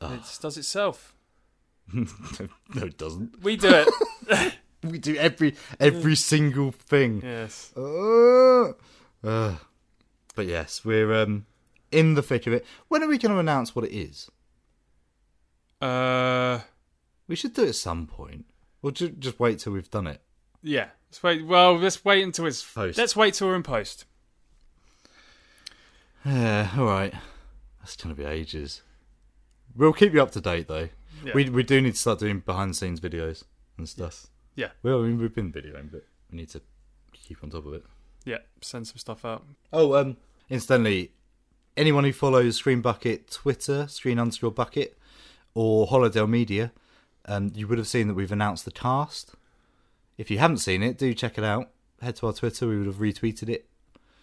Speaker 4: Ah.
Speaker 2: It just does itself.
Speaker 4: no, no, it doesn't.
Speaker 2: We do it.
Speaker 4: we do every every single thing.
Speaker 2: Yes.
Speaker 4: Uh, uh, but yes, we're um, in the thick of it. When are we going to announce what it is?
Speaker 2: Uh,
Speaker 4: We should do it at some point. Or ju- just wait till we've done it.
Speaker 2: yeah. Let's wait. Well, let's wait until it's.
Speaker 4: Post.
Speaker 2: Let's wait till we're in post.
Speaker 4: Yeah, all right. That's going to be ages. We'll keep you up to date though.
Speaker 2: Yeah.
Speaker 4: We we do need to start doing behind the scenes videos and stuff.
Speaker 2: Yeah.
Speaker 4: Well, I mean, we've been videoing, but we need to keep on top of it.
Speaker 2: Yeah. Send some stuff out.
Speaker 4: Oh, um, incidentally, anyone who follows Screen Bucket Twitter, Screen underscore Bucket, or Holodale Media, um, you would have seen that we've announced the cast. If you haven't seen it, do check it out. Head to our Twitter. We would have retweeted it.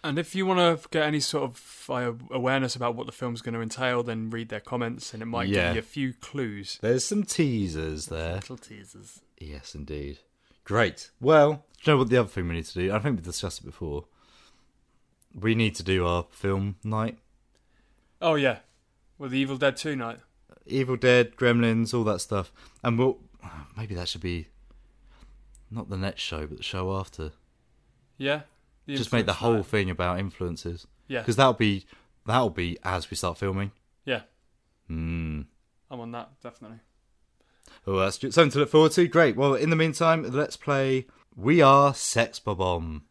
Speaker 2: And if you want to get any sort of uh, awareness about what the film's going to entail, then read their comments, and it might
Speaker 4: Yeah.
Speaker 2: give you a few clues.
Speaker 4: There's some teasers there.
Speaker 2: Little teasers.
Speaker 4: Yes, indeed. Great. Well, do you know what the other thing we need to do? I think we discussed it before. We need to do our film night.
Speaker 2: Oh yeah, well, the Evil Dead Two night.
Speaker 4: Evil Dead, Gremlins, all that stuff. And we'll maybe that should be not the next show, but the show after.
Speaker 2: Yeah. The
Speaker 4: Just make the
Speaker 2: influence
Speaker 4: whole
Speaker 2: night.
Speaker 4: thing about influences.
Speaker 2: Yeah.
Speaker 4: because that'll be that'll be as we start filming.
Speaker 2: Yeah,
Speaker 4: Hmm.
Speaker 2: I'm on that definitely.
Speaker 4: Oh, that's ju- something to look forward to. Great. Well, in the meantime, let's play. We are Sex Bomb.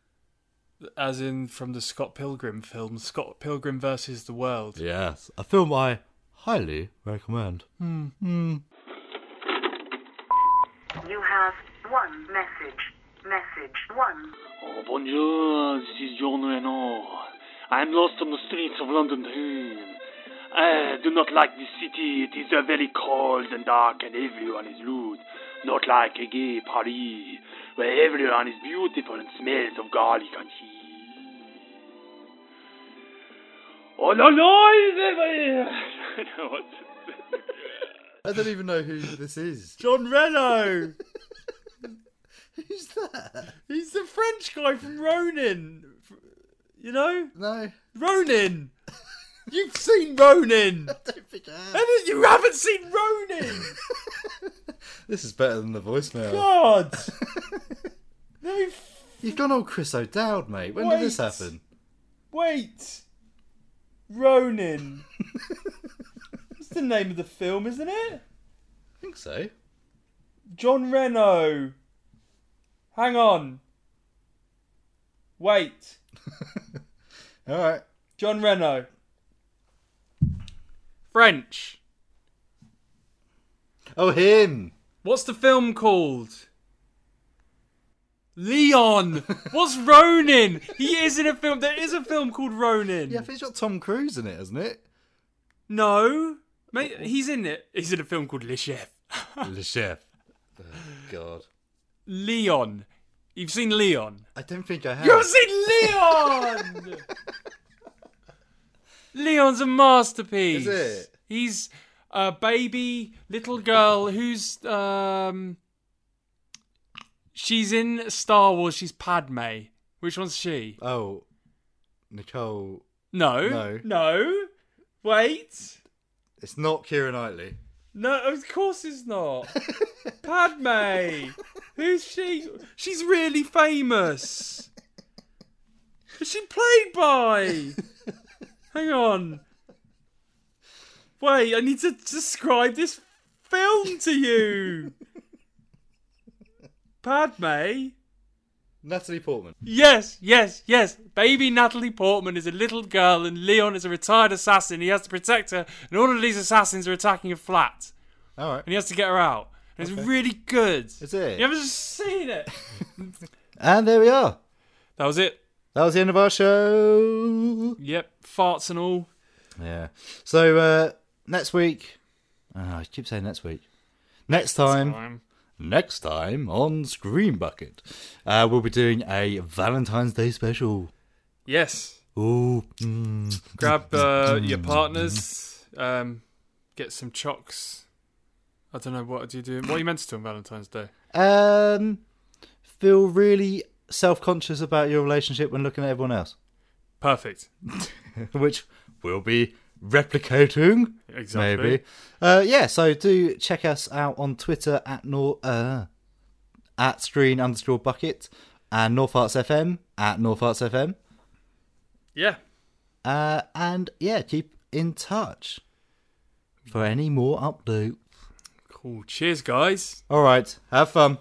Speaker 2: As in from the Scott Pilgrim film, Scott Pilgrim versus the World.
Speaker 4: Yes, a film I highly recommend.
Speaker 2: Hmm.
Speaker 6: You have one message. Message one.
Speaker 18: Oh, bonjour, this is John Renault. I'm lost on the streets of London Town. I do not like this city. It is uh, very cold and dark, and everyone is rude. Not like a gay Paris, where everyone is beautiful and smells of garlic and cheese. Oh, no, noise everywhere! I don't know what to do.
Speaker 4: I don't even know who this is.
Speaker 2: John Reno.
Speaker 4: Who's that?
Speaker 2: He's the French guy from Ronin. You know?
Speaker 4: No.
Speaker 2: Ronin. You've seen Ronin.
Speaker 4: don't think I have.
Speaker 2: And you haven't seen Ronin.
Speaker 4: This is better than the voicemail.
Speaker 2: God. no.
Speaker 4: You've gone all Chris O'Dowd, mate. When did this
Speaker 2: Wait.
Speaker 4: happen?
Speaker 2: Wait. Ronin. That's the name of the film, isn't it?
Speaker 4: I think so.
Speaker 2: John Reno. Hang on. Wait.
Speaker 4: All right.
Speaker 2: John Reno. French.
Speaker 4: Oh, him.
Speaker 2: What's the film called? Leon. What's Ronin? He is in a film. There is a film called Ronin.
Speaker 4: Yeah, I think it's got Tom Cruise in it, hasn't it?
Speaker 2: No. Mate, he's in it. He's in a film called Le Chef.
Speaker 4: Le Chef. Oh, God.
Speaker 2: Leon. You've seen Leon.
Speaker 4: I don't think I have.
Speaker 2: You've seen Leon. Leon's a masterpiece.
Speaker 4: Is it?
Speaker 2: He's a baby little girl who's um. She's in Star Wars. She's Padme. Which one's she?
Speaker 4: Oh, Nicole.
Speaker 2: No.
Speaker 4: No.
Speaker 2: No. Wait.
Speaker 4: It's not Kira Knightley.
Speaker 2: No, of course it's not. Padme. Who's she? She's really famous. Who's she played by? Hang on. Wait, I need to describe this film to you. Padme.
Speaker 4: Natalie Portman.
Speaker 2: Yes, yes, yes. Baby Natalie Portman is a little girl, and Leon is a retired assassin. He has to protect her, and all of these assassins are attacking a flat.
Speaker 4: All right.
Speaker 2: And he has to get her out. And It's really good.
Speaker 4: Is it?
Speaker 2: You haven't seen it.
Speaker 4: And there we are.
Speaker 2: that was it.
Speaker 4: That was the end of our show.
Speaker 2: Yep, farts and all.
Speaker 4: Yeah. So uh, next week, oh, I keep saying next week. Next time,
Speaker 2: time.
Speaker 4: next time on Scream Bucket, uh, we'll be doing a Valentine's Day special.
Speaker 2: Yes.
Speaker 4: Ooh, mm,
Speaker 2: Grab uh, your partners. Um, get some chocks. I don't know what do you do. What are you meant to do on Valentine's Day?
Speaker 4: um, feel really self-conscious about your relationship when looking at everyone else,
Speaker 2: Perfect.
Speaker 4: which will be replicating
Speaker 2: Exactly.
Speaker 4: maybe. Uh, yeah, so do check us out on Twitter at nor uh, at screen underscore bucket and North Arts FM at North Arts FM.
Speaker 2: Yeah.
Speaker 4: Uh, and yeah, keep in touch for any more updates.
Speaker 2: Cool. Cheers, guys.
Speaker 4: All right, have fun.